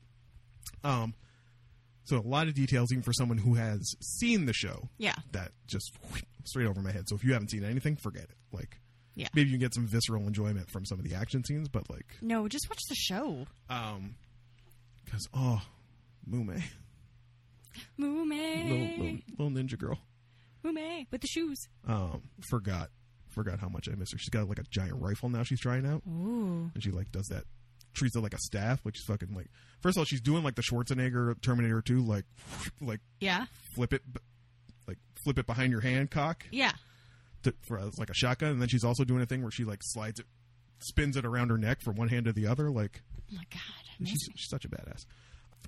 [SPEAKER 3] Um, so a lot of details, even for someone who has seen the show,
[SPEAKER 2] Yeah.
[SPEAKER 3] that just whew, straight over my head. So if you haven't seen anything, forget it. Like,
[SPEAKER 2] Yeah.
[SPEAKER 3] maybe you can get some visceral enjoyment from some of the action scenes, but like,
[SPEAKER 2] No, just watch the show.
[SPEAKER 3] um, because oh, Mume, little, little,
[SPEAKER 2] Mume,
[SPEAKER 3] little ninja girl,
[SPEAKER 2] Mume with the shoes.
[SPEAKER 3] um, forgot forgot how much I miss her. She's got like a giant rifle now. She's trying out.
[SPEAKER 2] Ooh.
[SPEAKER 3] and she like does that treats it like a staff which is fucking like first of all she's doing like the schwarzenegger terminator 2 like like
[SPEAKER 2] Yeah.
[SPEAKER 3] flip it b- like flip it behind your hand cock
[SPEAKER 2] Yeah.
[SPEAKER 3] to, for as, like a shotgun and then she's also doing a thing where she like slides it spins it around her neck from one hand to the other like
[SPEAKER 2] Oh my god.
[SPEAKER 3] she's,
[SPEAKER 2] Amazing.
[SPEAKER 3] she's such a badass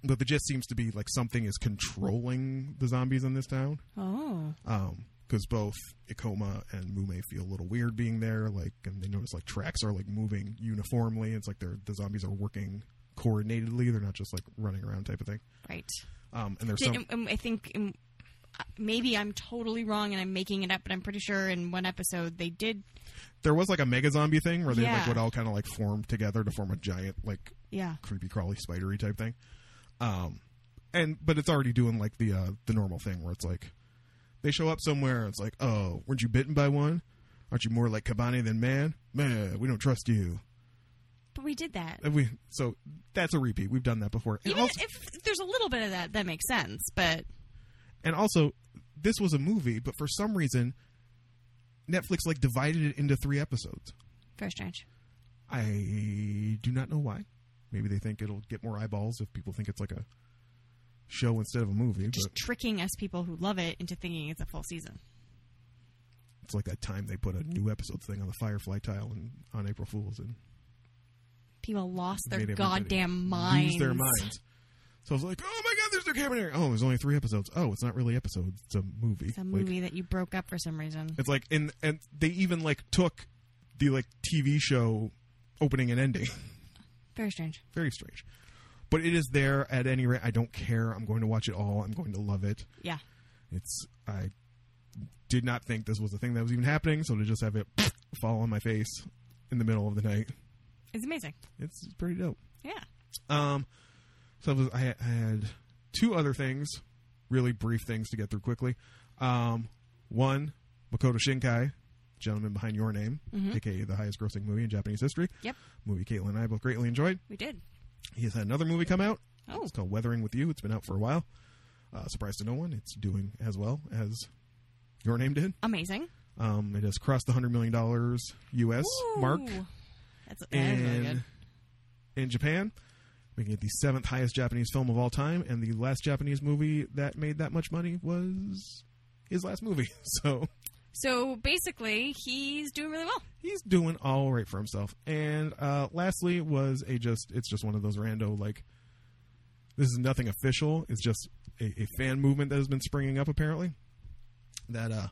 [SPEAKER 3] but the gist seems to be like something is controlling the zombies in this town
[SPEAKER 2] Oh.
[SPEAKER 3] um because both Ikoma and Mume feel a little weird being there, like, and they notice like tracks are like moving uniformly. It's like they're the zombies are working coordinatedly; they're not just like running around type of thing.
[SPEAKER 2] Right.
[SPEAKER 3] Um, and there's
[SPEAKER 2] Did-
[SPEAKER 3] some,
[SPEAKER 2] um, I think um, uh, maybe I'm totally wrong and I'm making it up, but I'm pretty sure in one episode they did.
[SPEAKER 3] there was like a mega zombie thing where they like
[SPEAKER 2] Yeah.
[SPEAKER 3] would all kind of like form together to form a giant like
[SPEAKER 2] Yeah.
[SPEAKER 3] creepy crawly spidery type thing. Um, and but it's already doing like the uh, the normal thing where it's like they show up somewhere. It's like, oh, weren't you bitten by one? Aren't you more like Kabane than man? Man, we don't trust you.
[SPEAKER 2] But we did that.
[SPEAKER 3] And we so that's a repeat. We've done that before. And
[SPEAKER 2] Even
[SPEAKER 3] also,
[SPEAKER 2] if there's a little bit of that, that makes sense. But
[SPEAKER 3] and also, this was a movie, but for some reason, Netflix like divided it into three episodes.
[SPEAKER 2] very strange.
[SPEAKER 3] I do not know why. Maybe they think it'll get more eyeballs if people think it's like a show instead of a movie.
[SPEAKER 2] Just
[SPEAKER 3] But
[SPEAKER 2] tricking us people who love it into thinking it's a full season.
[SPEAKER 3] it's like that time they put a new episode thing on the Firefly tile and on April Fools and
[SPEAKER 2] People lost their
[SPEAKER 3] made everybody
[SPEAKER 2] goddamn minds.
[SPEAKER 3] lose their minds. So I was like, oh my god, there's no camera here. Oh, there's only three episodes. Oh, it's not really episodes. It's a movie.
[SPEAKER 2] It's a
[SPEAKER 3] Like,
[SPEAKER 2] movie that you broke up for some reason.
[SPEAKER 3] It's like and and they even like took the like TV show opening and ending.
[SPEAKER 2] Very strange.
[SPEAKER 3] Very strange. But it is there at any rate. I don't care. I'm going to watch it all. I'm going to love it.
[SPEAKER 2] Yeah.
[SPEAKER 3] It's I did not think this was a thing that was even happening, so to just have it fall on my face in the middle of the night.
[SPEAKER 2] It's amazing.
[SPEAKER 3] It's pretty dope.
[SPEAKER 2] Yeah.
[SPEAKER 3] Um so I was, I I had two other things, really brief things to get through quickly. Um one, Makoto Shinkai, gentleman behind your name,
[SPEAKER 2] Mm-hmm.
[SPEAKER 3] aka the highest grossing movie in Japanese history.
[SPEAKER 2] Yep.
[SPEAKER 3] Movie Caitlin and I both greatly enjoyed.
[SPEAKER 2] We did.
[SPEAKER 3] He has had another movie come out.
[SPEAKER 2] Oh.
[SPEAKER 3] It's called Weathering with You. It's been out for a while. Uh, surprise to no one, it's doing as well as Your Name did.
[SPEAKER 2] Amazing.
[SPEAKER 3] Um, it has crossed the hundred million dollars U.S. mark
[SPEAKER 2] Ooh. That's, that is really
[SPEAKER 3] in
[SPEAKER 2] good.
[SPEAKER 3] in Japan, making it the seventh highest Japanese film of all time. And the last Japanese movie that made that much money was his last movie. So
[SPEAKER 2] So basically, he's doing really well.
[SPEAKER 3] he's doing all right for himself. And uh, lastly, was a just it's just one of those rando like this is nothing official. It's just a, a fan movement that has been springing up apparently. That uh,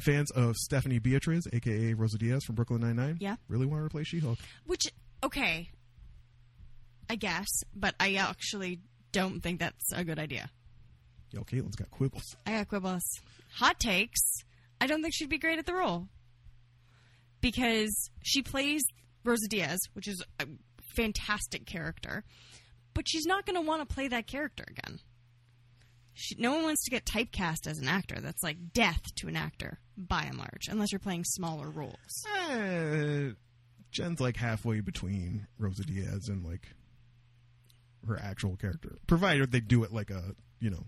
[SPEAKER 3] fans of Stephanie Beatriz, aka Rosa Diaz from Brooklyn Nine Nine,
[SPEAKER 2] Yeah.
[SPEAKER 3] really want her to play She Hulk.
[SPEAKER 2] Which, okay, I guess, but I actually don't think that's a good idea.
[SPEAKER 3] Yo, Caitlin's got quibbles.
[SPEAKER 2] I got quibbles. Hot takes. I don't think she'd be great at the role because she plays Rosa Diaz, which is a fantastic character, but she's not going to want to play that character again. She, no one wants to get typecast as an actor. That's like death to an actor, by and large, unless you're playing smaller roles.
[SPEAKER 3] Eh, Jen's like halfway between Rosa Diaz and like her actual character, provided they do it like a you know,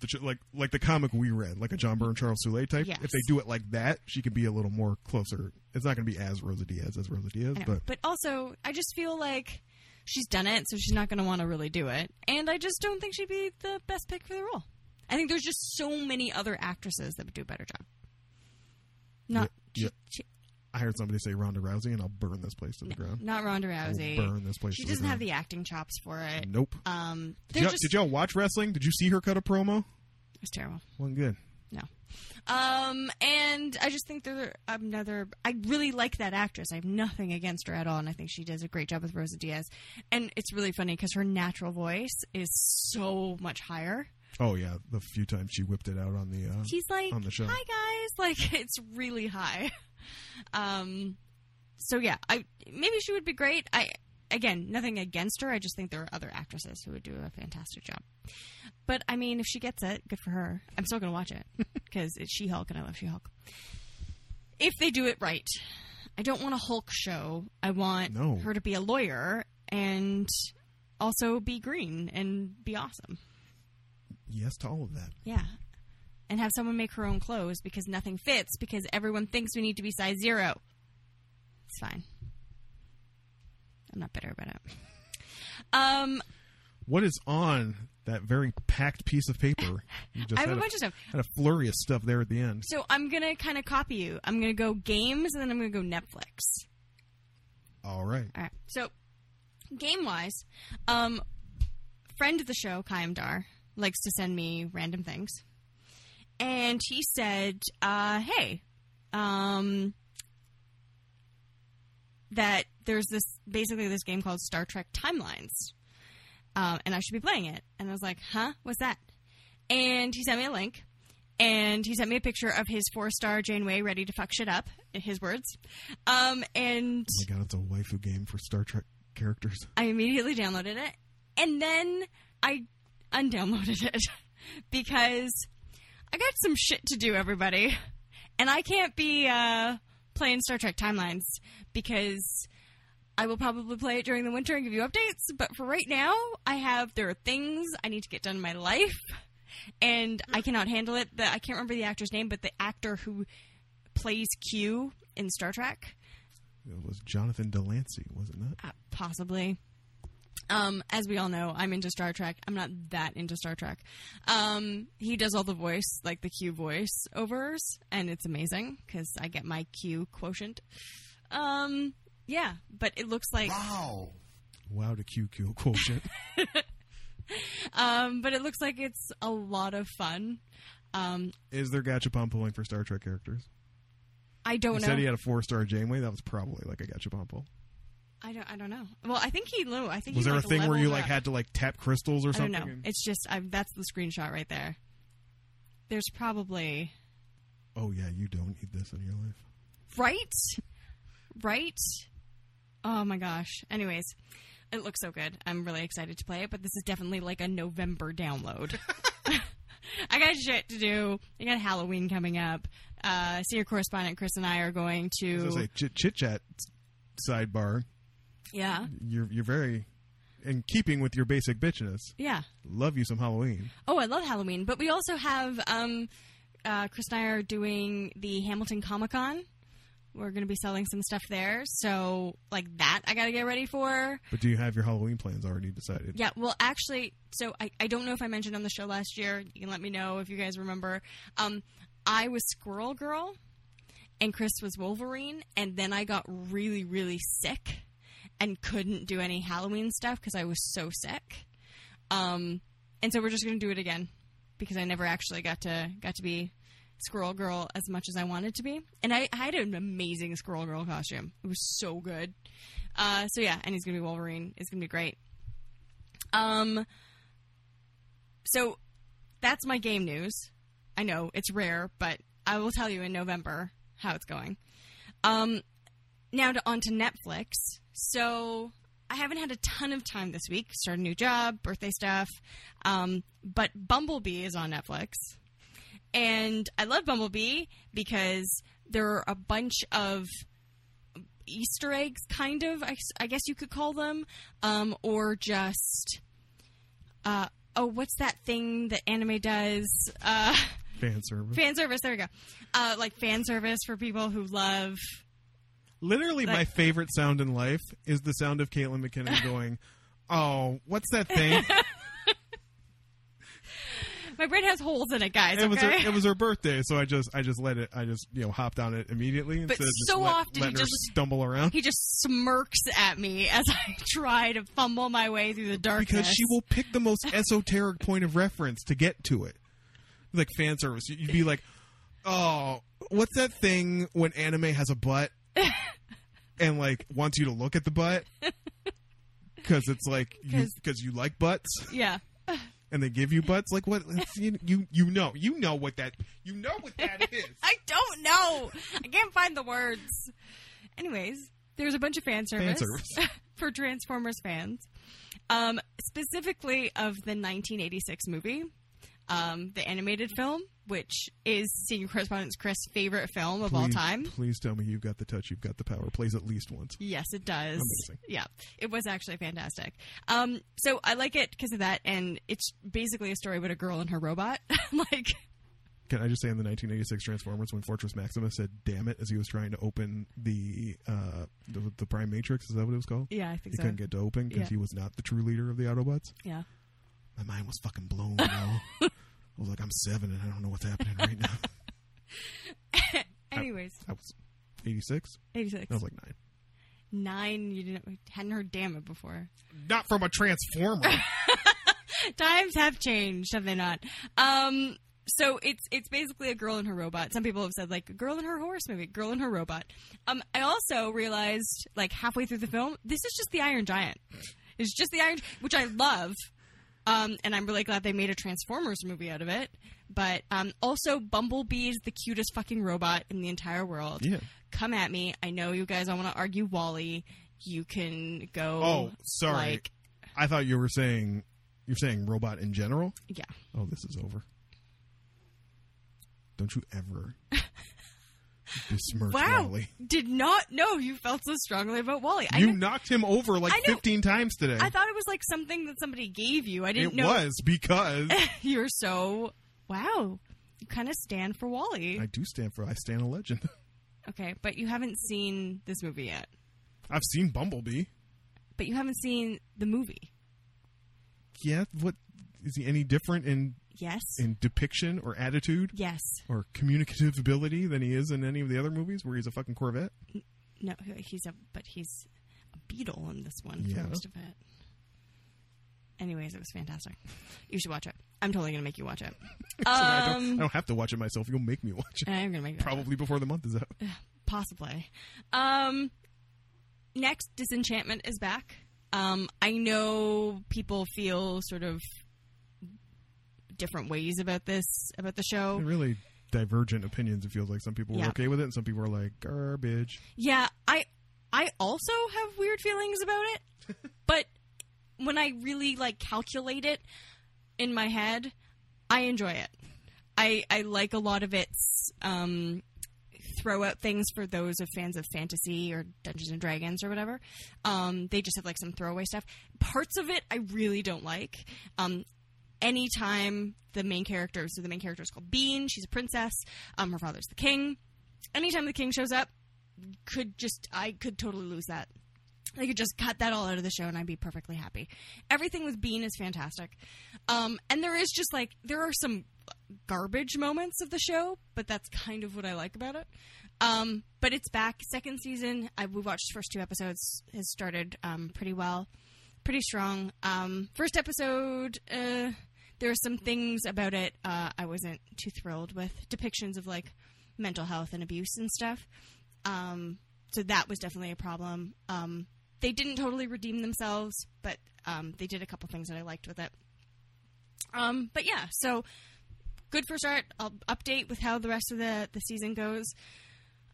[SPEAKER 3] the, ch- like like the comic we read, like a John Byrne Charles Soule type.
[SPEAKER 2] Yes.
[SPEAKER 3] If they do it like that, she could be a little more closer. It's not going to be as Rosa Diaz as Rosa Diaz,
[SPEAKER 2] I know.
[SPEAKER 3] but
[SPEAKER 2] But, also, I just feel like she's done it, so she's not going to want to really do it. And I just don't think she'd be the best pick for the role. I think there's just so many other actresses that would do a better job. Not.
[SPEAKER 3] Yeah,
[SPEAKER 2] she- she-
[SPEAKER 3] I heard somebody say Ronda Rousey, and I'll burn this place to the ground.
[SPEAKER 2] Not Ronda
[SPEAKER 3] I will
[SPEAKER 2] Rousey.
[SPEAKER 3] burn this place.
[SPEAKER 2] She
[SPEAKER 3] to
[SPEAKER 2] doesn't
[SPEAKER 3] the
[SPEAKER 2] have
[SPEAKER 3] ground.
[SPEAKER 2] the acting chops for it.
[SPEAKER 3] Nope.
[SPEAKER 2] Um,
[SPEAKER 3] Did
[SPEAKER 2] they're
[SPEAKER 3] y'all,
[SPEAKER 2] just
[SPEAKER 3] did y'all watch wrestling? Did you see her cut a promo?
[SPEAKER 2] it's terrible.
[SPEAKER 3] Wasn't good.
[SPEAKER 2] No. Um, and I just think they're another. I really like that actress. I have nothing against her at all, and I think she does a great job with Rosa Diaz. And it's really funny because her natural voice is so much higher.
[SPEAKER 3] Oh yeah, the few times she whipped it out on the. Uh,
[SPEAKER 2] She's like,
[SPEAKER 3] On the show.
[SPEAKER 2] "Hi guys!" Like it's really high. Um, so yeah, I maybe she would be great. I again, nothing against her. I just think there are other actresses who would do a fantastic job. But I mean, if she gets it, good for her. I'm still gonna watch it because it's She-Hulk, and I love She-Hulk. If they do it right, I don't want a Hulk show. I want
[SPEAKER 3] No.
[SPEAKER 2] her to be a lawyer and also be green and be awesome.
[SPEAKER 3] yes to all of that.
[SPEAKER 2] Yeah. And have someone make her own clothes because nothing fits because everyone thinks we need to be size zero. It's fine. I'm not bitter about it. Um,
[SPEAKER 3] What is on that very packed piece of paper? You just
[SPEAKER 2] I have
[SPEAKER 3] had
[SPEAKER 2] a bunch of stuff.
[SPEAKER 3] Had a flurry of stuff there at the end.
[SPEAKER 2] so I'm going to kind of copy you. I'm going to go games and then I'm going to go Netflix.
[SPEAKER 3] All right. Oh
[SPEAKER 2] All right. So, game wise, um, friend of the show, Kaimdar, likes to send me random things. And he said, uh, hey, um, that there's this basically this game called Star Trek Timelines. Um, and I should be playing it. And I was like, huh? What's that? And he sent me a link. And he sent me a picture of his four star Janeway ready to fuck shit up, in his words. Um, and
[SPEAKER 3] Oh my god, it's a waifu game for Star Trek characters.
[SPEAKER 2] I immediately downloaded it and then I undownloaded it because I got some shit to do, everybody. And I can't be uh, playing Star Trek Timelines because I will probably play it during the winter and give you updates. But for right now, I have, there are things I need to get done in my life and I cannot handle it. The, I can't remember the actor's name, but the actor who plays Q in Star Trek.
[SPEAKER 3] It was Jonathan Delancey, wasn't that?
[SPEAKER 2] Uh, possibly. Um, as we all know, I'm into Star Trek. I'm not that into Star Trek. Um, he does all the voice, like the Q voice overs, and it's amazing because I get my Q quotient. Um, yeah, but it looks like,
[SPEAKER 4] Wow.
[SPEAKER 3] Wow, to QQ quotient.
[SPEAKER 2] um, but it looks like it's a lot of fun. Um,
[SPEAKER 3] is there gachapon pulling for Star Trek characters?
[SPEAKER 2] I don't
[SPEAKER 3] You
[SPEAKER 2] know.
[SPEAKER 3] said he had a four star Janeway. That was probably like a gachapon pull.
[SPEAKER 2] I don't. I don't know. Well, I think he. No, I think
[SPEAKER 3] Was
[SPEAKER 2] he,
[SPEAKER 3] there
[SPEAKER 2] like,
[SPEAKER 3] a thing where
[SPEAKER 2] leveled
[SPEAKER 3] you
[SPEAKER 2] her
[SPEAKER 3] like
[SPEAKER 2] up.
[SPEAKER 3] had to like tap crystals or
[SPEAKER 2] I don't
[SPEAKER 3] something?
[SPEAKER 2] know.
[SPEAKER 3] And-
[SPEAKER 2] It's just I, that's the screenshot right there. There's probably
[SPEAKER 3] oh yeah, you don't need this in your life.
[SPEAKER 2] Right? Right? Oh my gosh. Anyways, it looks so good. I'm really excited to play it, but this is definitely like a November download. I got shit to do. I got Halloween coming up. Uh, senior correspondent Chris and I are
[SPEAKER 3] I
[SPEAKER 2] going
[SPEAKER 3] was
[SPEAKER 2] to.
[SPEAKER 3] gonna say chit chit chat sidebar.
[SPEAKER 2] yeah.
[SPEAKER 3] You're you're very in keeping with your basic bitchiness.
[SPEAKER 2] Yeah.
[SPEAKER 3] Love you some Halloween.
[SPEAKER 2] Oh, I love Halloween. But we also have um, uh, Chris and I are doing the Hamilton Comic Con. We're going to be selling some stuff there. So, like that, I got to get ready for.
[SPEAKER 3] But do you have your Halloween plans already decided?
[SPEAKER 2] Yeah, well, actually, so I, I don't know if I mentioned on the show last year. You can let me know if you guys remember. Um, I was Squirrel Girl, and Chris was Wolverine, and then I got really, really sick and couldn't do any Halloween stuff because I was so sick. Um, and so we're just gonna do it again because I never actually got to got to be Squirrel Girl as much as I wanted to be, and I, I had an amazing Squirrel Girl costume. It was so good. Uh, so yeah, and he's gonna be Wolverine. It's gonna be great. Um, so that's my game news. I know it's rare, but I will tell you in November how it's going. Um, now to, on to Netflix. So I haven't had a ton of time this week. Start a new job, birthday stuff. Um, but Bumblebee is on Netflix. And I love Bumblebee because there are a bunch of Easter eggs, kind of, I, I guess you could call them, um, or just, uh, oh, what's that thing that anime does? Uh,
[SPEAKER 3] Fan service.
[SPEAKER 2] fan service, there we go. Uh, like fan service for people who love.
[SPEAKER 3] Literally, my
[SPEAKER 2] Like-
[SPEAKER 3] favorite sound in life is the sound of Caitlin McKinnon going, "Oh, what's that thing?"
[SPEAKER 2] My brain has holes in it, guys.
[SPEAKER 3] It was her,
[SPEAKER 2] okay?
[SPEAKER 3] it was her birthday, so I just I just let it. I just you know hopped on it immediately.
[SPEAKER 2] But
[SPEAKER 3] instead of just
[SPEAKER 2] so
[SPEAKER 3] let-
[SPEAKER 2] often
[SPEAKER 3] letting
[SPEAKER 2] you
[SPEAKER 3] her
[SPEAKER 2] just-
[SPEAKER 3] stumble around
[SPEAKER 2] he just smirks at me as I try to fumble my way through the darkness.
[SPEAKER 3] because she will pick the most esoteric point of reference to get to it, like fan service. You'd be like, oh, what's that thing when anime has a butt and like wants you to look at the butt because it's like
[SPEAKER 2] Because-
[SPEAKER 3] because you like butts.
[SPEAKER 2] Yeah.
[SPEAKER 3] and they give you butts. Like what? You, you you know you know what that you know what that is.
[SPEAKER 2] I don't know. I can't find the words. Anyways, there's a bunch of fan service,
[SPEAKER 3] service.
[SPEAKER 2] for Transformers fans, um, specifically of the 1986 movie, um, the animated film, which is senior correspondent Chris' favorite film of all
[SPEAKER 3] Please-
[SPEAKER 2] time.
[SPEAKER 3] Please tell me you've got the touch, you've got the power. Plays at least once.
[SPEAKER 2] Yes, it does.
[SPEAKER 3] Amazing.
[SPEAKER 2] Yeah, it was actually fantastic. Um, so I like it because of that, and it's basically a story about a girl and her robot. like,
[SPEAKER 3] Can I just say in the 1986 Transformers when Fortress Maximus said "damn it" as he was trying to open the uh, the, the Prime Matrix? Is that what it was called?
[SPEAKER 2] yeah, I think
[SPEAKER 3] He
[SPEAKER 2] so.
[SPEAKER 3] couldn't get to open because
[SPEAKER 2] Yeah.
[SPEAKER 3] he was not the true leader of the Autobots.
[SPEAKER 2] Yeah,
[SPEAKER 3] My mind was fucking blown. You know? I was like, I'm seven and I don't know what's happening right now.
[SPEAKER 2] Anyways,
[SPEAKER 3] I was 86.
[SPEAKER 2] 86.
[SPEAKER 3] I was like nine.
[SPEAKER 2] Nine, you didn't, hadn't heard damn it before.
[SPEAKER 3] Not from a Transformer.
[SPEAKER 2] Times have changed, have they not? Um, so it's it's basically a girl and her robot. Some people have said like a girl and her horse, maybe a girl and her robot. Um, I also realized like halfway through the film, this is just the Iron Giant. It's just the Iron, which I love, um, and I'm really glad they made a Transformers movie out of it. But um, also, Bumblebee is the cutest fucking robot in the entire world.
[SPEAKER 3] Yeah.
[SPEAKER 2] Come at me. I know you guys don't want to argue Wally. You can go.
[SPEAKER 3] Oh, sorry.
[SPEAKER 2] Like,
[SPEAKER 3] I thought you were saying you're saying robot in general.
[SPEAKER 2] yeah.
[SPEAKER 3] Oh, this is over. Don't you ever besmirch
[SPEAKER 2] Wow.
[SPEAKER 3] Wally.
[SPEAKER 2] Did not know you felt so strongly about Wally. I,
[SPEAKER 3] You
[SPEAKER 2] kn-
[SPEAKER 3] knocked him over like
[SPEAKER 2] I know.
[SPEAKER 3] 15 times today.
[SPEAKER 2] I thought it was like something that somebody gave you. I didn't
[SPEAKER 3] it
[SPEAKER 2] know
[SPEAKER 3] was because
[SPEAKER 2] you're so wow. You kind of stand for Wally.
[SPEAKER 3] I do stand for I stand a legend.
[SPEAKER 2] okay, but you haven't seen this movie yet.
[SPEAKER 3] I've seen Bumblebee.
[SPEAKER 2] But you haven't seen the movie.
[SPEAKER 3] Yeah, what is he any different in
[SPEAKER 2] Yes.
[SPEAKER 3] in depiction or attitude
[SPEAKER 2] yes.
[SPEAKER 3] or communicative ability than he is in any of the other movies where he's a fucking Corvette?
[SPEAKER 2] No, he's a but he's a beetle in this one
[SPEAKER 3] Yeah.
[SPEAKER 2] for most of it. Anyways, it was fantastic. You should watch it. I'm totally gonna make you watch it.
[SPEAKER 3] I, don't, I
[SPEAKER 2] um,
[SPEAKER 3] don't have to watch it myself. You'll make me watch it.
[SPEAKER 2] I'm gonna make that.
[SPEAKER 3] Probably before the month is out.
[SPEAKER 2] possibly. Um, next, Disenchantment is back. Um, I know people feel sort of different ways about this about the show.
[SPEAKER 3] They're really divergent opinions. It feels like some people were
[SPEAKER 2] Yeah.
[SPEAKER 3] okay with it, and some people were like garbage.
[SPEAKER 2] Yeah, I I also have weird feelings about it, but when I really like calculate it in my head, I enjoy it. I I like a lot of its um throw out things for those of fans of fantasy or Dungeons and Dragons or whatever. Um, they just have like some throwaway stuff. Parts of it I really don't like. Um, anytime the main character, so the main character is called Bean, she's a princess. Um, her father's the king. Anytime the king shows up, could just I could totally lose that. I could just cut that all out of the show and I'd be perfectly happy. Everything with Bean is fantastic. Um, and there is just like there are some garbage moments of the show, but that's kind of what I like about it. Um, but it's back, second season. I we watched the first two episodes. Has started um, pretty well, pretty strong. Um, first episode, uh, there were some things about it uh, I wasn't too thrilled with depictions of like mental health and abuse and stuff. Um, so that was definitely a problem. Um, they didn't totally redeem themselves, but um, they did a couple things that I liked with it. Um, but yeah, so good for start. I'll update with how the rest of the, the season goes.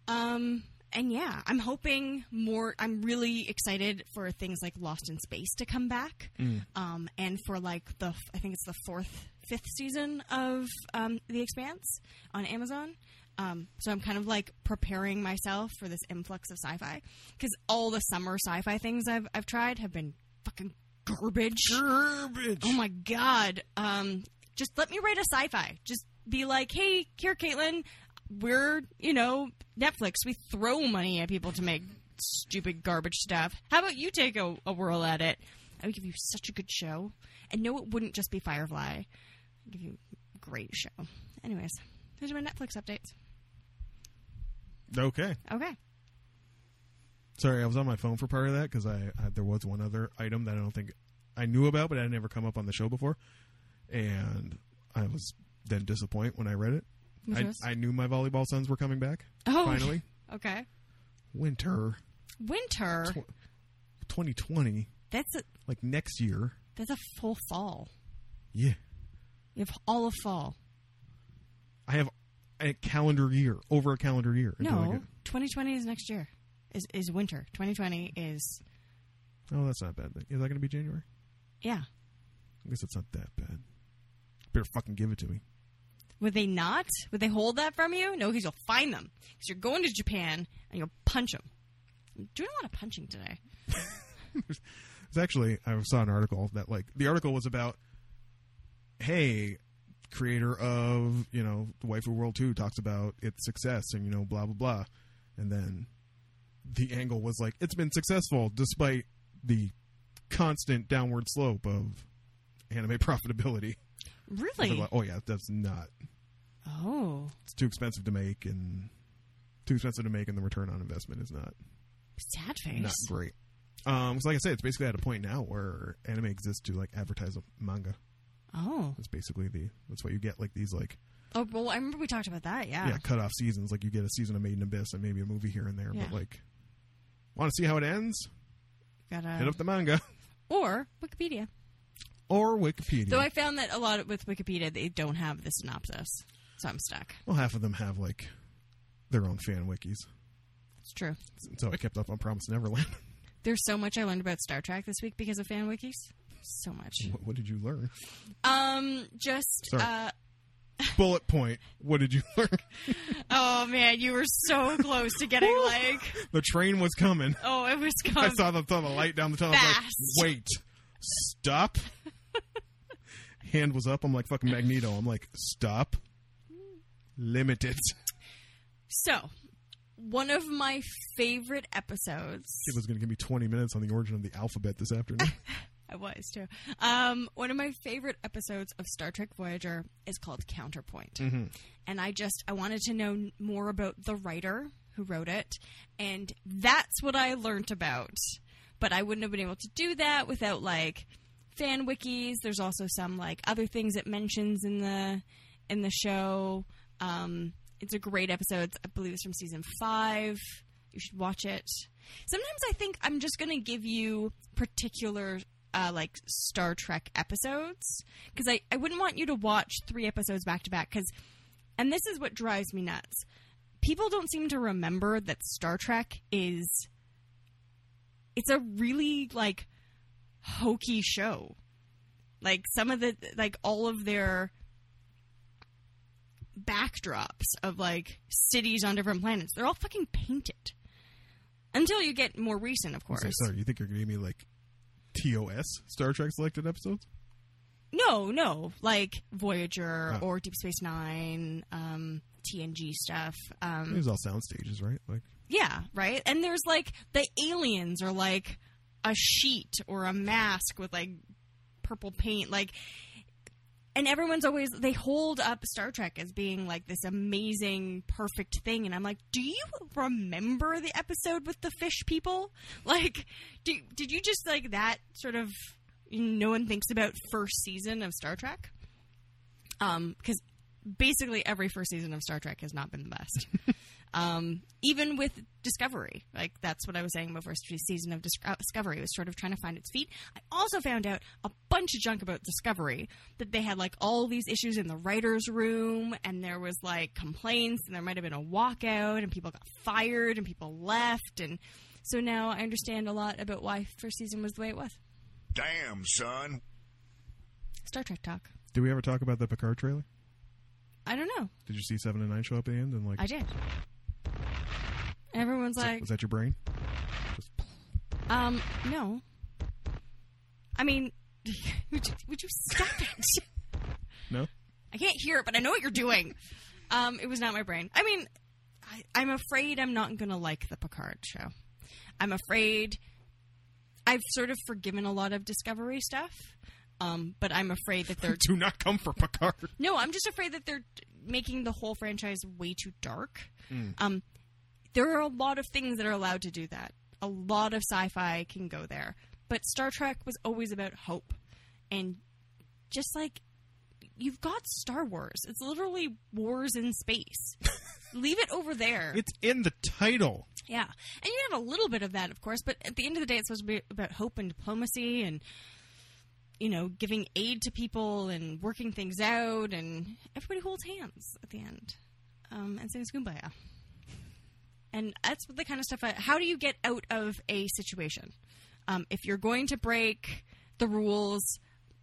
[SPEAKER 2] Um, and yeah, I'm hoping more. I'm really excited for things like Lost in Space to come back, um, and for like the I think it's the fourth, fifth season of um, The Expanse on Amazon. Um, so I'm kind of like preparing myself for this influx of sci-fi because all the summer sci-fi things I've I've tried have been fucking garbage.
[SPEAKER 3] Garbage.
[SPEAKER 2] Oh my god. Um, just let me write a sci-fi. Just be like, hey, here, Caitlin, we're you know Netflix. We throw money at people to make stupid garbage stuff. How about you take a, a whirl at it? I would give you such a good show. And no, it wouldn't just be Firefly. I'd give you Great show. Anyways, those are my Netflix updates.
[SPEAKER 3] Okay.
[SPEAKER 2] Okay.
[SPEAKER 3] Sorry, I was on my phone for part of that because I, I there was one other item that I don't think I knew about, but it had never come up on the show before, and I was then disappointed when I read it.
[SPEAKER 2] Which
[SPEAKER 3] I,
[SPEAKER 2] was?
[SPEAKER 3] I knew my volleyball sons were coming back.
[SPEAKER 2] Oh.
[SPEAKER 3] finally,
[SPEAKER 2] Okay.
[SPEAKER 3] winter
[SPEAKER 2] Winter.
[SPEAKER 3] tw- 2020,
[SPEAKER 2] That's a
[SPEAKER 3] like next year.
[SPEAKER 2] that's a full fall.
[SPEAKER 3] Yeah,
[SPEAKER 2] You have all of fall.
[SPEAKER 3] I have a calendar year over a calendar year. until I
[SPEAKER 2] No,
[SPEAKER 3] get-
[SPEAKER 2] 2020 is next year. Is is winter. 2020 is
[SPEAKER 3] oh, that's not bad. Is that going to be January?
[SPEAKER 2] yeah.
[SPEAKER 3] I guess it's not that bad. Better fucking give it to me.
[SPEAKER 2] Would they not? Would they hold that from you? No, because you'll find them. Because you're going to Japan and you'll punch them. I'm doing a lot of punching today.
[SPEAKER 3] It's actually I saw an article that like the article was about hey creator of you know waifu world 2 talks about its success and you know blah blah blah and then the angle was like it's been successful despite the constant downward slope of anime profitability They're
[SPEAKER 2] Really?
[SPEAKER 3] like, oh yeah that's not
[SPEAKER 2] Oh,
[SPEAKER 3] it's too expensive to make and too expensive to make and the return on investment is not
[SPEAKER 2] sad
[SPEAKER 3] not
[SPEAKER 2] face.
[SPEAKER 3] great um so like i said it's basically at a point now where anime exists to like advertise a manga
[SPEAKER 2] Oh,
[SPEAKER 3] That's basically the. That's why you get like these like
[SPEAKER 2] oh. Well, I remember we talked about that. Yeah.
[SPEAKER 3] yeah cut off seasons. Like you get a season of Maiden Abyss and maybe a movie here and there.
[SPEAKER 2] Yeah.
[SPEAKER 3] But like, want to see how it ends? Hit
[SPEAKER 2] Gotta.
[SPEAKER 3] up the manga
[SPEAKER 2] Or Wikipedia.
[SPEAKER 3] or Wikipedia.
[SPEAKER 2] Though I found that a lot with Wikipedia, they don't have the synopsis, so I'm stuck.
[SPEAKER 3] well, half of them have like their own fan wikis.
[SPEAKER 2] It's true.
[SPEAKER 3] So I kept up on Promise Neverland.
[SPEAKER 2] There's so much I learned about Star Trek this week because of fan wikis. So much.
[SPEAKER 3] what, what did you learn?
[SPEAKER 2] Um, just
[SPEAKER 3] Sorry.
[SPEAKER 2] uh,
[SPEAKER 3] Bullet point. What did you learn?
[SPEAKER 2] oh man, you were so close to getting like,
[SPEAKER 3] the train was coming.
[SPEAKER 2] oh, it was
[SPEAKER 3] I
[SPEAKER 2] coming.
[SPEAKER 3] saw the, saw the light down the tunnel. I was like,
[SPEAKER 2] Fast.
[SPEAKER 3] Wait, stop. Hand was up. I'm like fucking Magneto. I'm like stop. Limit it.
[SPEAKER 2] So, one of my favorite episodes.
[SPEAKER 3] It was going to give me 20 minutes on the origin of the alphabet this afternoon.
[SPEAKER 2] I was too. Um, one of my favorite episodes of Star Trek Voyager is called Counterpoint, and I just I wanted to know n- more about the writer who wrote it, and that's what I learnt about. But I wouldn't have been able to do that without like fan wikis. There's also some like other things it mentions in the in the show. Um, it's a great episode. It's- I believe it's from season five. You should watch it. Sometimes I think I'm just going to give you particular uh, like Star Trek episodes because I, I wouldn't want you to watch three episodes back to back because, and this is what drives me nuts. People don't seem to remember that Star Trek is. It's a really like hokey show. Like some of the like all of their backdrops of like cities on different planets. They're all fucking painted. Until you get more recent, of course.
[SPEAKER 3] So, sorry, you think you're going to give me like TOS Star Trek selected episodes?
[SPEAKER 2] No, no, like Voyager
[SPEAKER 3] Oh.
[SPEAKER 2] or Deep Space Nine, um, TNG stuff. Um,
[SPEAKER 3] It was all sound stages, right? Like
[SPEAKER 2] yeah, right. And there's like the aliens are like a sheet or a mask with like purple paint, like. And everyone's always they hold up Star Trek as being like this amazing, perfect thing, and I'm like, do you remember the episode with the fish people? Like, do, did you just like that sort of? No one thinks about first season of Star Trek, um, because basically every first season of Star Trek has not been the best um, even with Discovery. Like that's what I was saying about first season of Dis- uh, Discovery was sort of trying to find its feet. I also found out a bunch of junk about Discovery that they had like all these issues in the writers' room, and there was like complaints, and there might have been a walkout, and people got fired, and people left, and so now I understand a lot about why first season was the way it was.
[SPEAKER 4] Damn, son.
[SPEAKER 2] Star Trek talk.
[SPEAKER 3] did we ever talk about the Picard trailer?
[SPEAKER 2] I don't know.
[SPEAKER 3] Did you see 7 and 9 show up at the end and like
[SPEAKER 2] I did. Everyone's
[SPEAKER 3] was that-
[SPEAKER 2] like,
[SPEAKER 3] was that your brain?
[SPEAKER 2] Um, no. I mean, would you, would you stop it?
[SPEAKER 3] No.
[SPEAKER 2] I can't hear it, but I know what you're doing. Um, it was not my brain. I mean, I, I'm afraid I'm not going to like the Picard show. I'm afraid I've sort of forgiven a lot of Discovery stuff. Um, but I'm afraid that they're
[SPEAKER 3] Do not come for Picard.
[SPEAKER 2] no. I'm just afraid that they're making the whole franchise way too dark. Um, there are a lot of things that are allowed to do that. A lot of sci-fi can go there, but Star Trek was always about hope, and just like you've got Star Wars, it's literally wars in space. Leave it over there.
[SPEAKER 3] It's in the title.
[SPEAKER 2] Yeah. And you have a little bit of that, of course, but at the end of the day, it's supposed to be about hope and diplomacy and, you know, giving aid to people and working things out, and everybody holds hands at the end um, and sings Kumbaya. And that's the kind of stuff I. How do you get out of a situation? Um, if you're going to break the rules,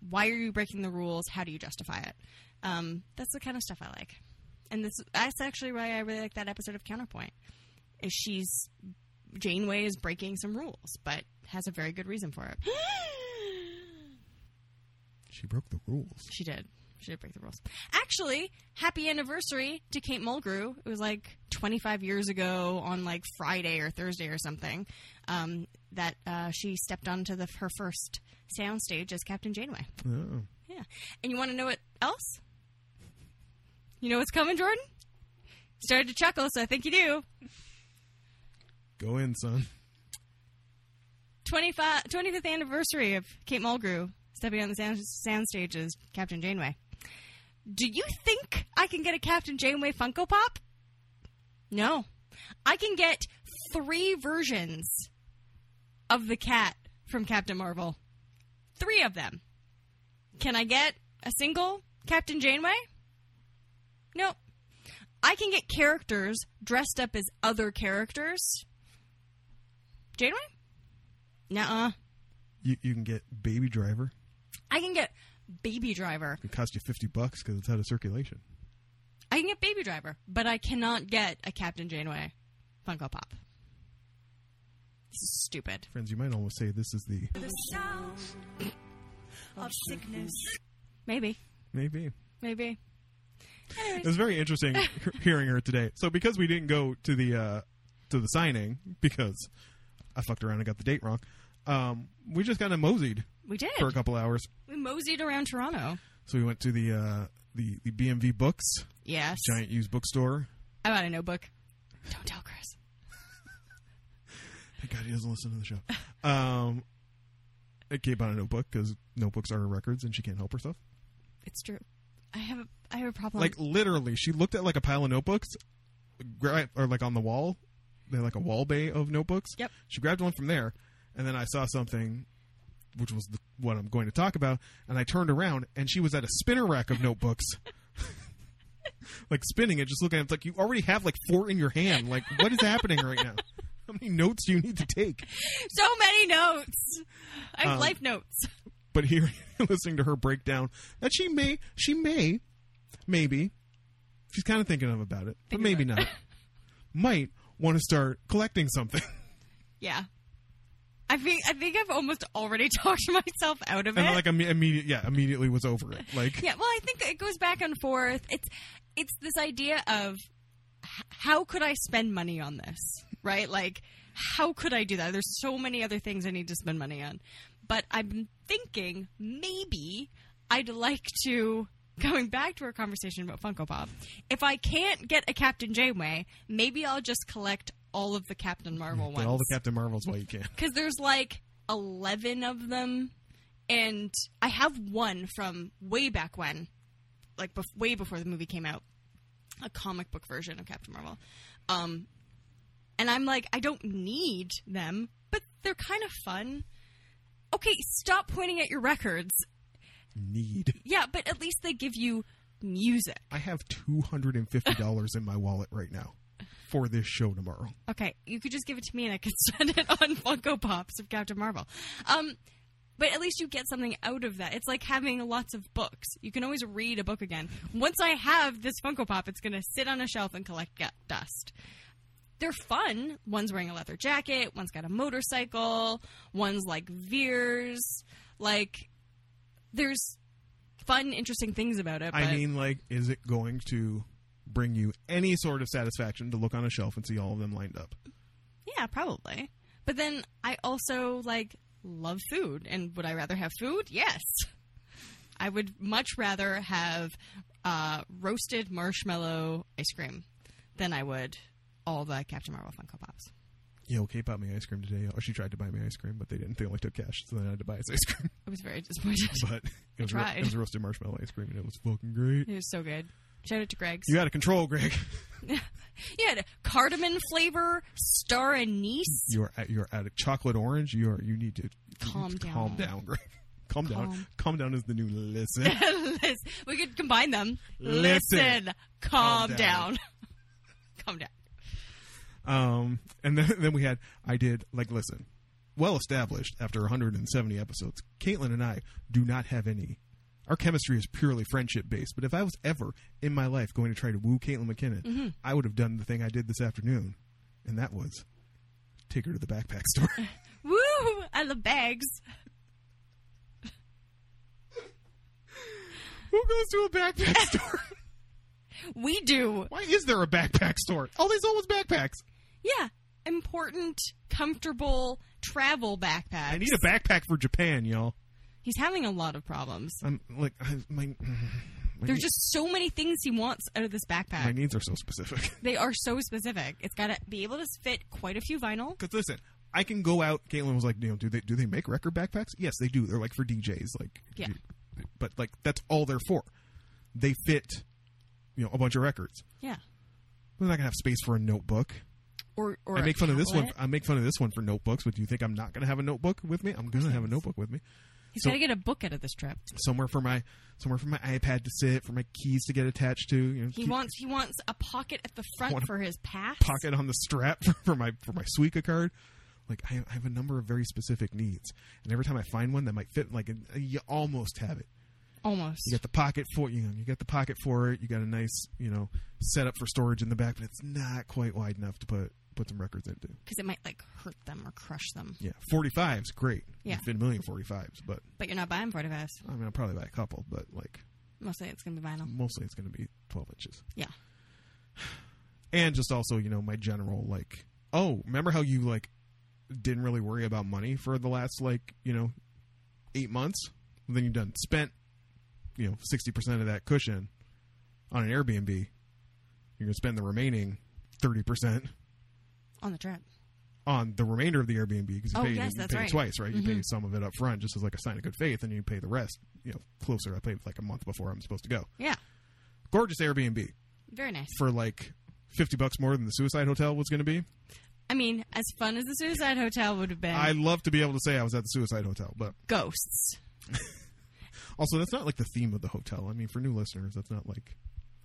[SPEAKER 2] why are you breaking the rules? How do you justify it? Um, that's the kind of stuff I like. And this, that's actually why I really like that episode of Counterpoint is she's Janeway is breaking some rules, but has a very good reason for it.
[SPEAKER 3] She broke the rules.
[SPEAKER 2] She did. She did break the rules. Actually, happy anniversary to Kate Mulgrew. It was like 25 years ago on like Friday or Thursday or something um, that uh, she stepped onto the, her first soundstage as Captain Janeway.
[SPEAKER 3] Oh.
[SPEAKER 2] Yeah. And you want to know what else? You know what's coming, Jordan? Started to chuckle, so I think you do.
[SPEAKER 3] Go in, son.
[SPEAKER 2] 25, 25th anniversary of Kate Mulgrew stepping on the sound, soundstage as Captain Janeway. Do you think I can get a Captain Janeway Funko Pop? No. I can get three versions of the cat from Captain Marvel. Three of them. Can I get a single Captain Janeway? No. I can get characters dressed up as other characters. Janeway? Nuh uh.
[SPEAKER 3] You, you can get Baby Driver.
[SPEAKER 2] I can get Baby Driver.
[SPEAKER 3] It costs you 50 bucks because it's out of circulation.
[SPEAKER 2] I can get Baby Driver, but I cannot get a Captain Janeway Funko Pop. This is stupid.
[SPEAKER 3] Friends, you might almost say this is the
[SPEAKER 5] the sound of sickness.
[SPEAKER 2] Maybe.
[SPEAKER 3] maybe.
[SPEAKER 2] Maybe.
[SPEAKER 3] It was very interesting hearing her today. So because we didn't go to the uh, to the signing because I fucked around and got the date wrong, um, we just kind of moseyed
[SPEAKER 2] We did.
[SPEAKER 3] for a couple hours.
[SPEAKER 2] We moseyed around Toronto.
[SPEAKER 3] So we went to the uh, the the BMV Books
[SPEAKER 2] Yes.
[SPEAKER 3] giant used bookstore.
[SPEAKER 2] I bought a notebook. Don't tell Chris.
[SPEAKER 3] Thank God he doesn't listen to the show. Um, I gave out a notebook because notebooks are her records and she can't help herself.
[SPEAKER 2] It's true. I have a, I have a problem.
[SPEAKER 3] Like literally, she looked at like a pile of notebooks, gra- or like on the wall, they're like a wall bay of notebooks.
[SPEAKER 2] Yep.
[SPEAKER 3] She grabbed one from there, and then I saw something, which was the, what I'm going to talk about, and I turned around and she was at a spinner rack of notebooks. like spinning it, just looking at it, like you already have like four in your hand. Like what is happening right now? How many notes do you need to take?
[SPEAKER 2] so many notes. I have
[SPEAKER 3] Um,
[SPEAKER 2] life notes.
[SPEAKER 3] but hearing listening to her breakdown that she may she may maybe she's kind of thinking of about it but
[SPEAKER 2] Thinking
[SPEAKER 3] maybe not might want to start collecting something
[SPEAKER 2] Yeah. I think I think I've almost already talked myself out of
[SPEAKER 3] and
[SPEAKER 2] it.
[SPEAKER 3] like imme- immediate yeah immediately was over it like
[SPEAKER 2] yeah well i think it goes back and forth it's it's this idea of h- how could i spend money on this right like how could i do that there's so many other things i need to spend money on but i'm thinking maybe i'd like to going back to our conversation about funko pop if i can't get a captain janeway maybe i'll just collect all of the captain marvel
[SPEAKER 3] but
[SPEAKER 2] ones
[SPEAKER 3] all the captain marvels while you can
[SPEAKER 2] because there's like 11 of them and i have one from way back when like bef- way before the movie came out a comic book version of captain marvel um, and i'm like i don't need them but they're kind of fun okay stop pointing at your records
[SPEAKER 3] need
[SPEAKER 2] yeah but at least they give you music
[SPEAKER 3] i have $250 in my wallet right now for this show tomorrow
[SPEAKER 2] Okay, you could just give it to me and I could spend it on Funko Pops of Captain Marvel. Um, but at least you get something out of that. It's like having lots of books. You can always read a book again. Once I have this Funko Pop, it's going to sit on a shelf and collect gu- dust. They're fun. One's wearing a leather jacket, one's got a motorcycle, one's like veers. Like, there's fun, interesting things about it.
[SPEAKER 3] i
[SPEAKER 2] but-
[SPEAKER 3] mean like is it going to bring you any sort of satisfaction to look on a shelf and see all of them lined up
[SPEAKER 2] Yeah, probably. But then I also like love food, and would I rather have food? Yes. I would much rather have uh, roasted marshmallow ice cream than I would all the Captain Marvel Funko Pops.
[SPEAKER 3] Yo, Kate bought me ice cream today. Or she tried to buy me ice cream, but they didn't. They only took cash, so then I had to buy his ice cream.
[SPEAKER 2] I was very disappointed.
[SPEAKER 3] But it was, ro-
[SPEAKER 2] tried.
[SPEAKER 3] it was roasted marshmallow ice cream, and it was fucking great.
[SPEAKER 2] it was so good. Shout out to Greg's.
[SPEAKER 3] You out of control, Greg.
[SPEAKER 2] You had cardamom flavor, star anise.
[SPEAKER 3] You are at, you are out of chocolate orange. You are you need to
[SPEAKER 2] Calm
[SPEAKER 3] you-
[SPEAKER 2] down.
[SPEAKER 3] Calm down, Greg. Calm down.
[SPEAKER 2] Calm.
[SPEAKER 3] Calm down is the new listen.
[SPEAKER 2] Liz- we could combine them.
[SPEAKER 3] Listen.
[SPEAKER 2] Calm,
[SPEAKER 3] Calm down.
[SPEAKER 2] down. calm down.
[SPEAKER 3] um, and then then we had I did like listen, well established after 170 episodes. Caitlin and I do not have any. Our chemistry is purely friendship based. But if I was ever in my life going to try to woo Caitlin McKinnon, I would have done the thing I did this afternoon, and that was take her to the backpack store.
[SPEAKER 2] Woo! I love bags.
[SPEAKER 3] Who goes to a backpack store?
[SPEAKER 2] We do.
[SPEAKER 3] Why is there a backpack store? All they sold was backpacks.
[SPEAKER 2] Yeah. Important, comfortable travel backpacks.
[SPEAKER 3] I need a backpack for Japan, y'all.
[SPEAKER 2] He's having a lot of problems.
[SPEAKER 3] I'm like I, my. my
[SPEAKER 2] There's
[SPEAKER 3] ne-
[SPEAKER 2] just so many things he wants out of this
[SPEAKER 3] my
[SPEAKER 2] backpack.
[SPEAKER 3] needs are so specific.
[SPEAKER 2] they are so specific. It's got to be able to fit quite a few vinyl.
[SPEAKER 3] Because listen, I can go out. Caitlin was like, you know, do they do they make record backpacks? Yes, they do. They're like for DJs, like
[SPEAKER 2] Yeah.
[SPEAKER 3] But like that's all they're for. They fit, you know, a bunch of records.
[SPEAKER 2] Yeah.
[SPEAKER 3] We're not gonna have space for a notebook.
[SPEAKER 2] Or, or
[SPEAKER 3] I
[SPEAKER 2] a
[SPEAKER 3] make fun of this one.
[SPEAKER 2] tablet.
[SPEAKER 3] I make fun of this one for notebooks. But do you think I'm not gonna have a notebook with me? I'm gonna have a notebook with me.
[SPEAKER 2] He's
[SPEAKER 3] so-
[SPEAKER 2] got to get a book out of this trip.
[SPEAKER 3] Somewhere for my somewhere for my iPad to sit, for my keys to get attached to. You know,
[SPEAKER 2] He
[SPEAKER 3] keep-
[SPEAKER 2] wants he wants a pocket at the
[SPEAKER 3] want
[SPEAKER 2] front
[SPEAKER 3] a
[SPEAKER 2] for his pass.
[SPEAKER 3] pocket on the strap for, for my for my Suica card. Like I, I have a number of very specific needs, and every time I find one that might fit, like and uh, you almost have it.
[SPEAKER 2] Almost.
[SPEAKER 3] You got the pocket for you know, you got the pocket for it. You got a nice you know setup for storage in the back, but it's not quite wide enough to put put some records into.
[SPEAKER 2] because it might like hurt them or crush them.
[SPEAKER 3] Yeah, forty fives, great.
[SPEAKER 2] Yeah.
[SPEAKER 3] you fit a million 45s, but
[SPEAKER 2] But you're not buying 45s.
[SPEAKER 3] I mean I'll probably buy a couple, but like
[SPEAKER 2] Mostly it's going to be vinyl.
[SPEAKER 3] mostly it's going to be twelve inches.
[SPEAKER 2] Yeah.
[SPEAKER 3] and just also you know my general like oh remember how you like didn't really worry about money for the last like you know eight months Well, then you've done spent you know 60% of that cushion on an airbnb you're gonna spend the remaining 30%
[SPEAKER 2] On the trip.
[SPEAKER 3] on the remainder of the airbnb because you
[SPEAKER 2] Oh,
[SPEAKER 3] pay,
[SPEAKER 2] yes,
[SPEAKER 3] you
[SPEAKER 2] that's
[SPEAKER 3] pay
[SPEAKER 2] right. Mm-hmm.
[SPEAKER 3] twice right you pay some of it up front just as like a sign of good faith and you pay the rest you know closer i paid like a month before i'm supposed to go
[SPEAKER 2] Yeah.
[SPEAKER 3] gorgeous airbnb
[SPEAKER 2] Very nice.
[SPEAKER 3] for like 50 bucks more than the suicide hotel was gonna be
[SPEAKER 2] I mean, as fun as the Suicide Hotel would have been,
[SPEAKER 3] I love to be able to say I was at the Suicide Hotel, but
[SPEAKER 2] ghosts.
[SPEAKER 3] also that's not like the theme of the hotel. I mean, for new listeners, that's not like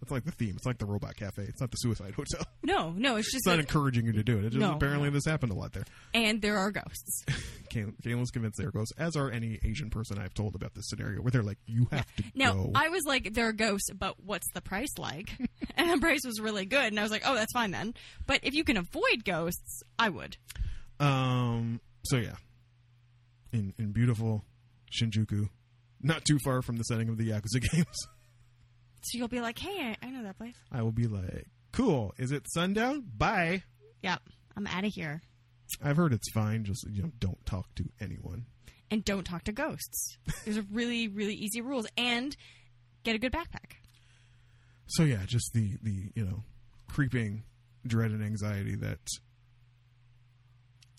[SPEAKER 3] that's like the theme. It's like the Robot Cafe. It's not the Suicide Hotel.
[SPEAKER 2] No, no, it's just
[SPEAKER 3] It's not
[SPEAKER 2] that-
[SPEAKER 3] encouraging you to do it. It just
[SPEAKER 2] No.
[SPEAKER 3] apparently this happened a lot there.
[SPEAKER 2] and there are ghosts.
[SPEAKER 3] Kay- Kayla's convinced there goes, as are any Asian person I've told about this scenario, where they're like, "You have to
[SPEAKER 2] Now
[SPEAKER 3] go."
[SPEAKER 2] I was like, there are ghosts, but what's the price like? and the price was really good, and I was like, oh, that's fine then. But if you can avoid ghosts, I would.
[SPEAKER 3] um. So yeah, in in beautiful Shinjuku, not too far from the setting of the Yakuza games,
[SPEAKER 2] So you'll be like, hey, I, I know that place.
[SPEAKER 3] I will be like, "Cool. Is it sundown? Bye."
[SPEAKER 2] Yep, I'm out of here,
[SPEAKER 3] I've heard it's fine. Just you know, don't talk to anyone.
[SPEAKER 2] and don't talk to ghosts. There's a really, really easy rules, and get a good backpack.
[SPEAKER 3] So yeah, just the the you know creeping dread and anxiety that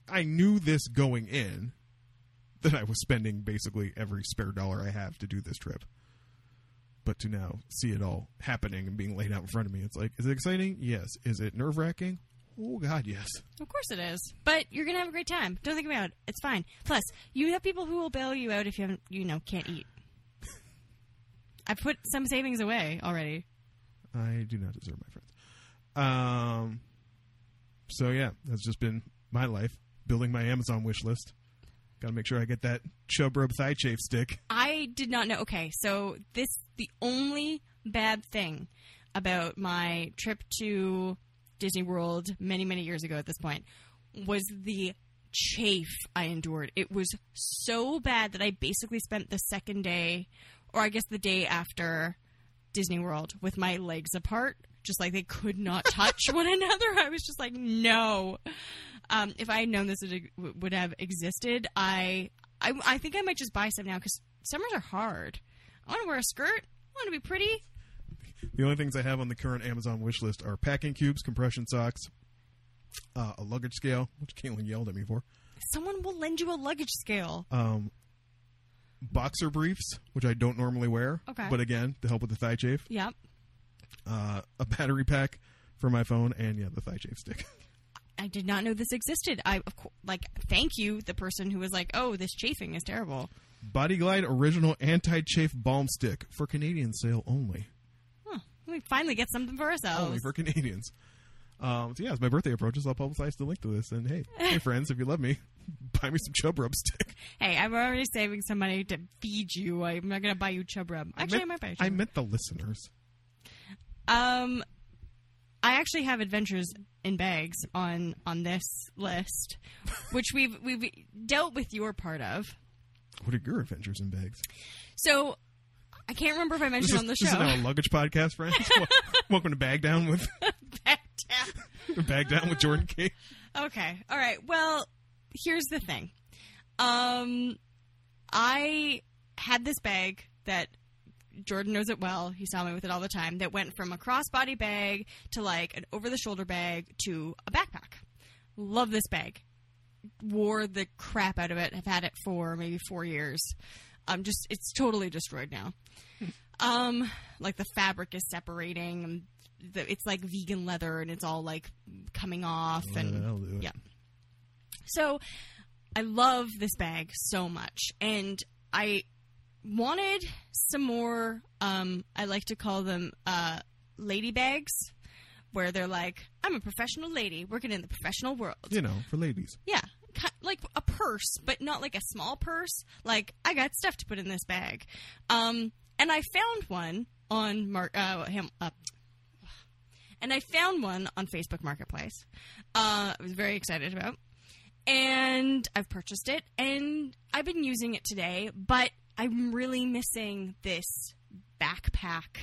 [SPEAKER 3] I knew this going in that I was spending basically every spare dollar I have to do this trip. But to now see it all happening and being laid out in front of me, it's like, is it exciting? Yes. Is it nerve wracking? Oh God, yes.
[SPEAKER 2] Of course it is. But you're gonna have a great time. Don't think about it. It's fine. Plus, you have people who will bail you out if you haven't, you know can't eat. I put some savings away already.
[SPEAKER 3] I do not deserve my friends. Um. So yeah, that's just been my life building my Amazon wish list. Got to make sure I get that chub rub thigh chafe stick.
[SPEAKER 2] I did not know. Okay, so this the only bad thing about my trip to Disney World many many years ago at this point was the chafe I endured. It was so bad that I basically spent the second day or I guess the day after Disney World with my legs apart, just like they could not touch one another. I was just like, no. Um, if I had known this would, would have existed, I, I I think I might just buy some now because summers are hard. I want to wear a skirt. I want to be pretty.
[SPEAKER 3] The only things I have on the current Amazon wish list are packing cubes, compression socks, uh, a luggage scale, which Caitlin yelled at me for,
[SPEAKER 2] Someone will lend you a luggage scale.
[SPEAKER 3] um, boxer briefs, which I don't normally wear,
[SPEAKER 2] Okay.
[SPEAKER 3] but again to help with the thigh chafe,
[SPEAKER 2] yep.
[SPEAKER 3] uh, a battery pack for my phone, and yeah, the thigh chafe stick.
[SPEAKER 2] I did not know this existed. I of cour- like thank you the person who was like, "Oh, this chafing is terrible."
[SPEAKER 3] Body Glide original anti chafe balm stick for Canadian sale only.
[SPEAKER 2] Huh. We finally get something for
[SPEAKER 3] only
[SPEAKER 2] ourselves.
[SPEAKER 3] for Canadians. Um, so yeah, as my birthday approaches, I'll publicize the link to this. And hey, hey friends, if you love me, buy me some Chub Rub stick.
[SPEAKER 2] hey, I'm already saving some money to feed you. I'm not gonna buy you chub rub. Actually, I,
[SPEAKER 3] meant-
[SPEAKER 2] might buy you.
[SPEAKER 3] I
[SPEAKER 2] Chub
[SPEAKER 3] meant the listeners.
[SPEAKER 2] Rub. um, I actually have adventures in bags on on this list, which we've we've dealt with your part of.
[SPEAKER 3] What are your adventures in bags?
[SPEAKER 2] So I can't remember if I
[SPEAKER 3] This
[SPEAKER 2] mentioned
[SPEAKER 3] is,
[SPEAKER 2] on the
[SPEAKER 3] this is now a
[SPEAKER 2] show.
[SPEAKER 3] luggage podcast, friends. Wel- Welcome to Bag Down with
[SPEAKER 2] uh,
[SPEAKER 3] Bag Down with Jordan King.
[SPEAKER 2] Okay. All right. Well, here's the thing. Um, I had this bag that Jordan knows it well. He saw me with it all the time. That went from a crossbody bag to like an over the shoulder bag to a backpack. Love this bag. Wore the crap out of it. I've had it for maybe four years. Um, just it's totally destroyed now. Um, like the fabric is separating. And the, it's like vegan leather, and it's all like coming off. and
[SPEAKER 3] Yeah, that'll do it.
[SPEAKER 2] yeah. So I love this bag so much, and I wanted some more. Um, I like to call them uh, lady bags, where they're like, "I'm a professional lady working in the professional world."
[SPEAKER 3] You know, for ladies.
[SPEAKER 2] Yeah, ki- like a purse, but not like a small purse. Like I got stuff to put in this bag, um, and I found one on Mark uh, him up. And I found one on Facebook Marketplace. Uh, I was very excited about, and I've purchased it, and I've been using it today. But I'm really missing this backpack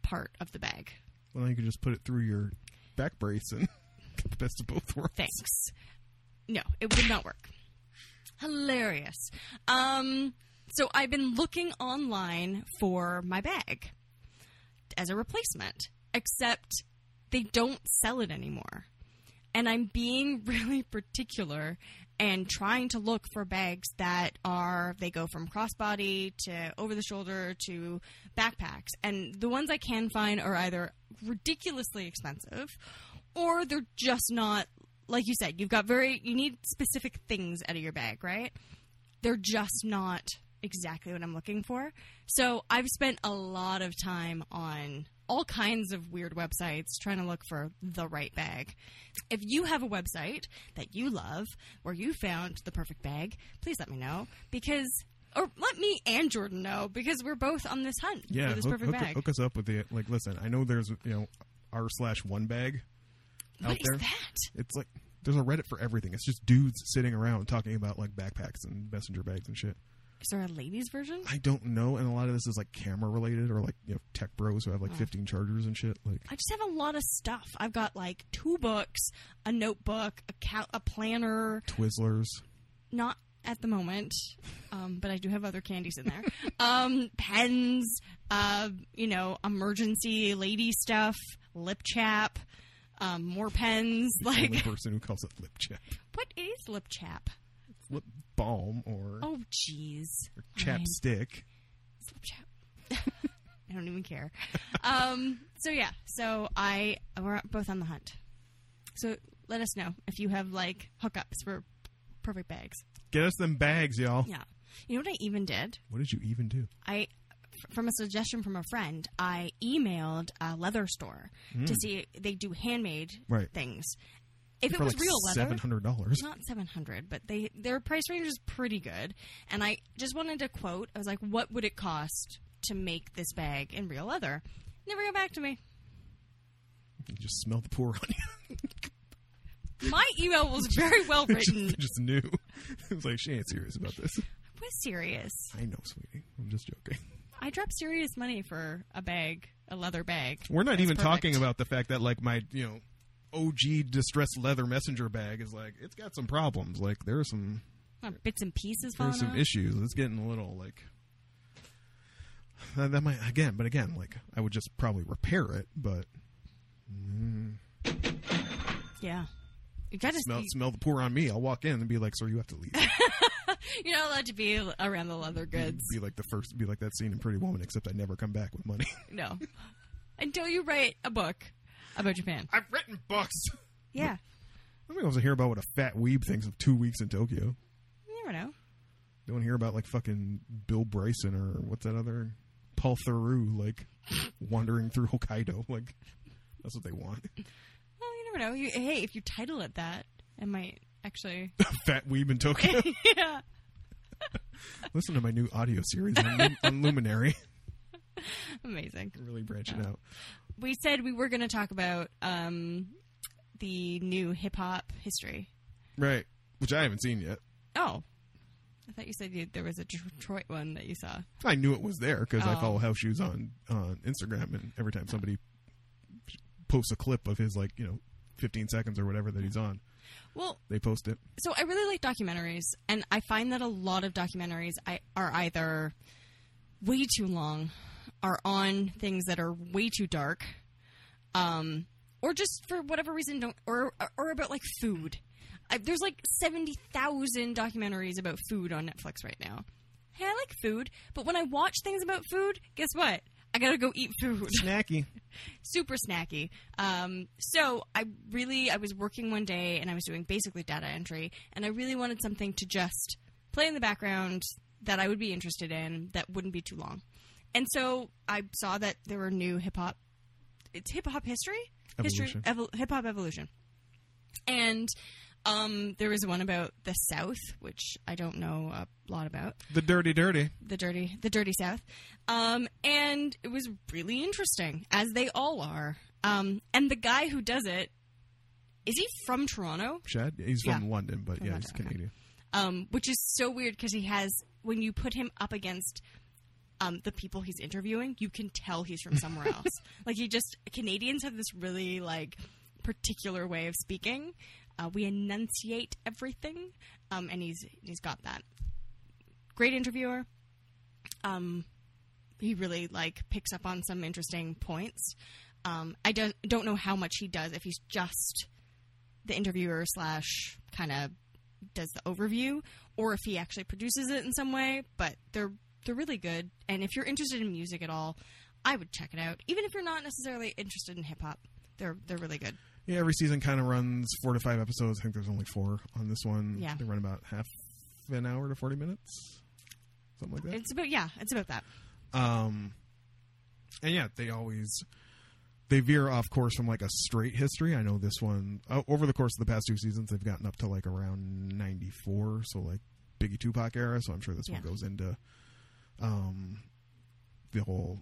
[SPEAKER 2] part of the bag.
[SPEAKER 3] Well, you can just put it through your back brace and get the best of both worlds.
[SPEAKER 2] Thanks. No, it would not work. Hilarious. Um, so I've been looking online for my bag as a replacement, except they don't sell it anymore. And I'm being really particular and trying to look for bags that are, they go from crossbody to over the shoulder to backpacks. And the ones I can find are either ridiculously expensive or they're just not, like you said, you've got very, you need specific things out of your bag, right? they're just not exactly what I'm looking for. So I've spent a lot of time on all kinds of weird websites trying to look for the right bag. If you have a website that you love where you found the perfect bag, please let me know because or let me and Jordan know because we're both on this hunt
[SPEAKER 3] Yeah,
[SPEAKER 2] for this
[SPEAKER 3] hook,
[SPEAKER 2] perfect
[SPEAKER 3] hook-
[SPEAKER 2] bag.
[SPEAKER 3] hook us up with the like. Listen, I know there's you know r slash one bag
[SPEAKER 2] What
[SPEAKER 3] out
[SPEAKER 2] is
[SPEAKER 3] there.
[SPEAKER 2] that?
[SPEAKER 3] It's like there's a Reddit for everything. It's just dudes sitting around talking about like backpacks and messenger bags and shit.
[SPEAKER 2] Is there a ladies version?
[SPEAKER 3] I don't know, and a lot of this is like camera related or like you know tech bros who have like
[SPEAKER 2] Wow.
[SPEAKER 3] 15 chargers and shit. Like
[SPEAKER 2] I just have a lot of stuff. I've got like two books, a notebook, a, cal- a planner,
[SPEAKER 3] Twizzlers.
[SPEAKER 2] not at the moment, um, but I do have other candies in there. um, pens, uh, you know, emergency lady stuff, lip chap, um, more pens.
[SPEAKER 3] The only
[SPEAKER 2] Like,
[SPEAKER 3] person who calls it lip chap,
[SPEAKER 2] what is lip chap?
[SPEAKER 3] lip balm, or,
[SPEAKER 2] Oh, jeez.
[SPEAKER 3] or
[SPEAKER 2] Fine.
[SPEAKER 3] chapstick.
[SPEAKER 2] It's lip chap. I don't even care. Um, so yeah, so I we're both on the hunt. So let us know if you have like hookups for perfect bags.
[SPEAKER 3] Get us them bags, y'all.
[SPEAKER 2] Yeah. You know what I even did?
[SPEAKER 3] What did you even do?
[SPEAKER 2] I, f- from a suggestion from a friend, I emailed a leather store to see they do handmade
[SPEAKER 3] Hmm. Right.
[SPEAKER 2] things. If it
[SPEAKER 3] For
[SPEAKER 2] was
[SPEAKER 3] like
[SPEAKER 2] real leather,
[SPEAKER 3] seven hundred dollars.
[SPEAKER 2] not seven hundred, but they their price range is pretty good. And I just wanted to quote. I was like, "What would it cost to make this bag in real leather?" Never got back to me.
[SPEAKER 3] You just smell the pour on you.
[SPEAKER 2] My email was very well written.
[SPEAKER 3] just, just knew. it was like she ain't serious about this.
[SPEAKER 2] I was serious.
[SPEAKER 3] I know, sweetie. I'm just joking.
[SPEAKER 2] I dropped serious money for a bag, a leather bag.
[SPEAKER 3] We're not
[SPEAKER 2] It's
[SPEAKER 3] even talking
[SPEAKER 2] perfect.
[SPEAKER 3] about the fact that like my you know OG distressed leather messenger bag is like it's got some problems. Like there are some
[SPEAKER 2] Uh, bits and pieces.
[SPEAKER 3] there's
[SPEAKER 2] falling
[SPEAKER 3] some
[SPEAKER 2] off.
[SPEAKER 3] issues. It's getting a little like That, that might again, but again, like I would just probably repair it, but
[SPEAKER 2] Yeah. You gotta
[SPEAKER 3] smell
[SPEAKER 2] you-
[SPEAKER 3] smell the pour on me. I'll walk in and be like, "Sir, you have to leave."
[SPEAKER 2] You're not allowed to be around the leather goods.
[SPEAKER 3] be like the first, be like that scene in Pretty Woman, except I never come back with money.
[SPEAKER 2] No. Until you write a book about Japan.
[SPEAKER 3] I've written books.
[SPEAKER 2] Yeah.
[SPEAKER 3] I think I want to hear about what a fat weeb thinks of two weeks in Tokyo.
[SPEAKER 2] You never know.
[SPEAKER 3] Don't want to hear about like fucking Bill Bryson or what's that other Paul Theroux like wandering through Hokkaido. Like that's what they want.
[SPEAKER 2] Well, you never know. You, hey, if you title it that, it might actually.
[SPEAKER 3] fat weeb in Tokyo.
[SPEAKER 2] yeah.
[SPEAKER 3] Listen to my new audio series on, Lum- on Luminary.
[SPEAKER 2] Amazing.
[SPEAKER 3] really branching out.
[SPEAKER 2] We said we were going to talk about um, the new hip hop history.
[SPEAKER 3] Right. Which I haven't seen yet.
[SPEAKER 2] Oh. I thought you said you, there was a Detroit one that you saw.
[SPEAKER 3] I knew it was there because I
[SPEAKER 2] Oh.
[SPEAKER 3] follow House Shoes on on Instagram, and every time somebody posts a clip of his like you know 15 seconds or whatever that he's on,
[SPEAKER 2] Well,
[SPEAKER 3] they post it.
[SPEAKER 2] so I really like documentaries, and I find that a lot of documentaries I, are either way too long, are on things that are way too dark, um, or just for whatever reason don't, or or about like food. I, there's like seventy thousand documentaries about food on Netflix right now. Hey, I like food, but when I watch things about food, guess what? I gotta go eat food
[SPEAKER 3] Snacky.
[SPEAKER 2] super snacky. Um, so I really, I was working one day and I was doing basically data entry, and I really wanted something to just play in the background that I would be interested in that wouldn't be too long. And so I saw that there were new hip hop. It's hip hop history,
[SPEAKER 3] Evolution.
[SPEAKER 2] history, evol- hip hop evolution, and. Um, there was one about the South, which I don't know a lot about
[SPEAKER 3] The dirty, dirty.
[SPEAKER 2] the dirty the dirty south um, and it was really interesting as they all are um, and the guy who does it is he from toronto
[SPEAKER 3] Shad. He's from
[SPEAKER 2] Yeah.
[SPEAKER 3] London, but
[SPEAKER 2] From
[SPEAKER 3] yeah,
[SPEAKER 2] London,
[SPEAKER 3] he's
[SPEAKER 2] okay.
[SPEAKER 3] Canadian.
[SPEAKER 2] um, which is so weird because he has when you put him up against um, the people he's interviewing you can tell he's from somewhere else like he just canadians have this really like particular way of speaking uh, we enunciate everything um, and he's he's got that great interviewer um, he really like picks up on some interesting points um, i do- don't know how much he does if he's just the interviewer slash kind of does the overview or if he actually produces it in some way but they're they're really good and if you're interested in music at all i would check it out even if you're not necessarily interested in hip hop they're they're really good
[SPEAKER 3] Yeah, every season kind of runs four to five episodes. I think there's only four on this one.
[SPEAKER 2] Yeah.
[SPEAKER 3] they run about half an hour to 40 minutes, something like that.
[SPEAKER 2] it's about yeah it's about that
[SPEAKER 3] Um, and yeah, they always they veer off course from like a straight history. I know this one o- over the course of the past two seasons, they've gotten up to like around ninety four, so like Biggie Tupac era. So I'm sure this one
[SPEAKER 2] Yeah.
[SPEAKER 3] goes into um the whole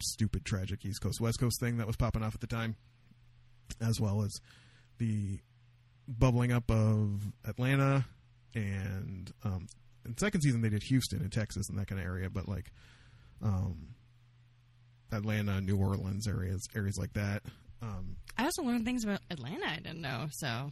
[SPEAKER 3] stupid tragic East Coast West Coast thing that was popping off at the time, as well as the bubbling up of Atlanta and um in second season they did Houston and Texas and that kind of area, but like um Atlanta, New Orleans areas areas like that. Um
[SPEAKER 2] i also learned things about atlanta i didn't know so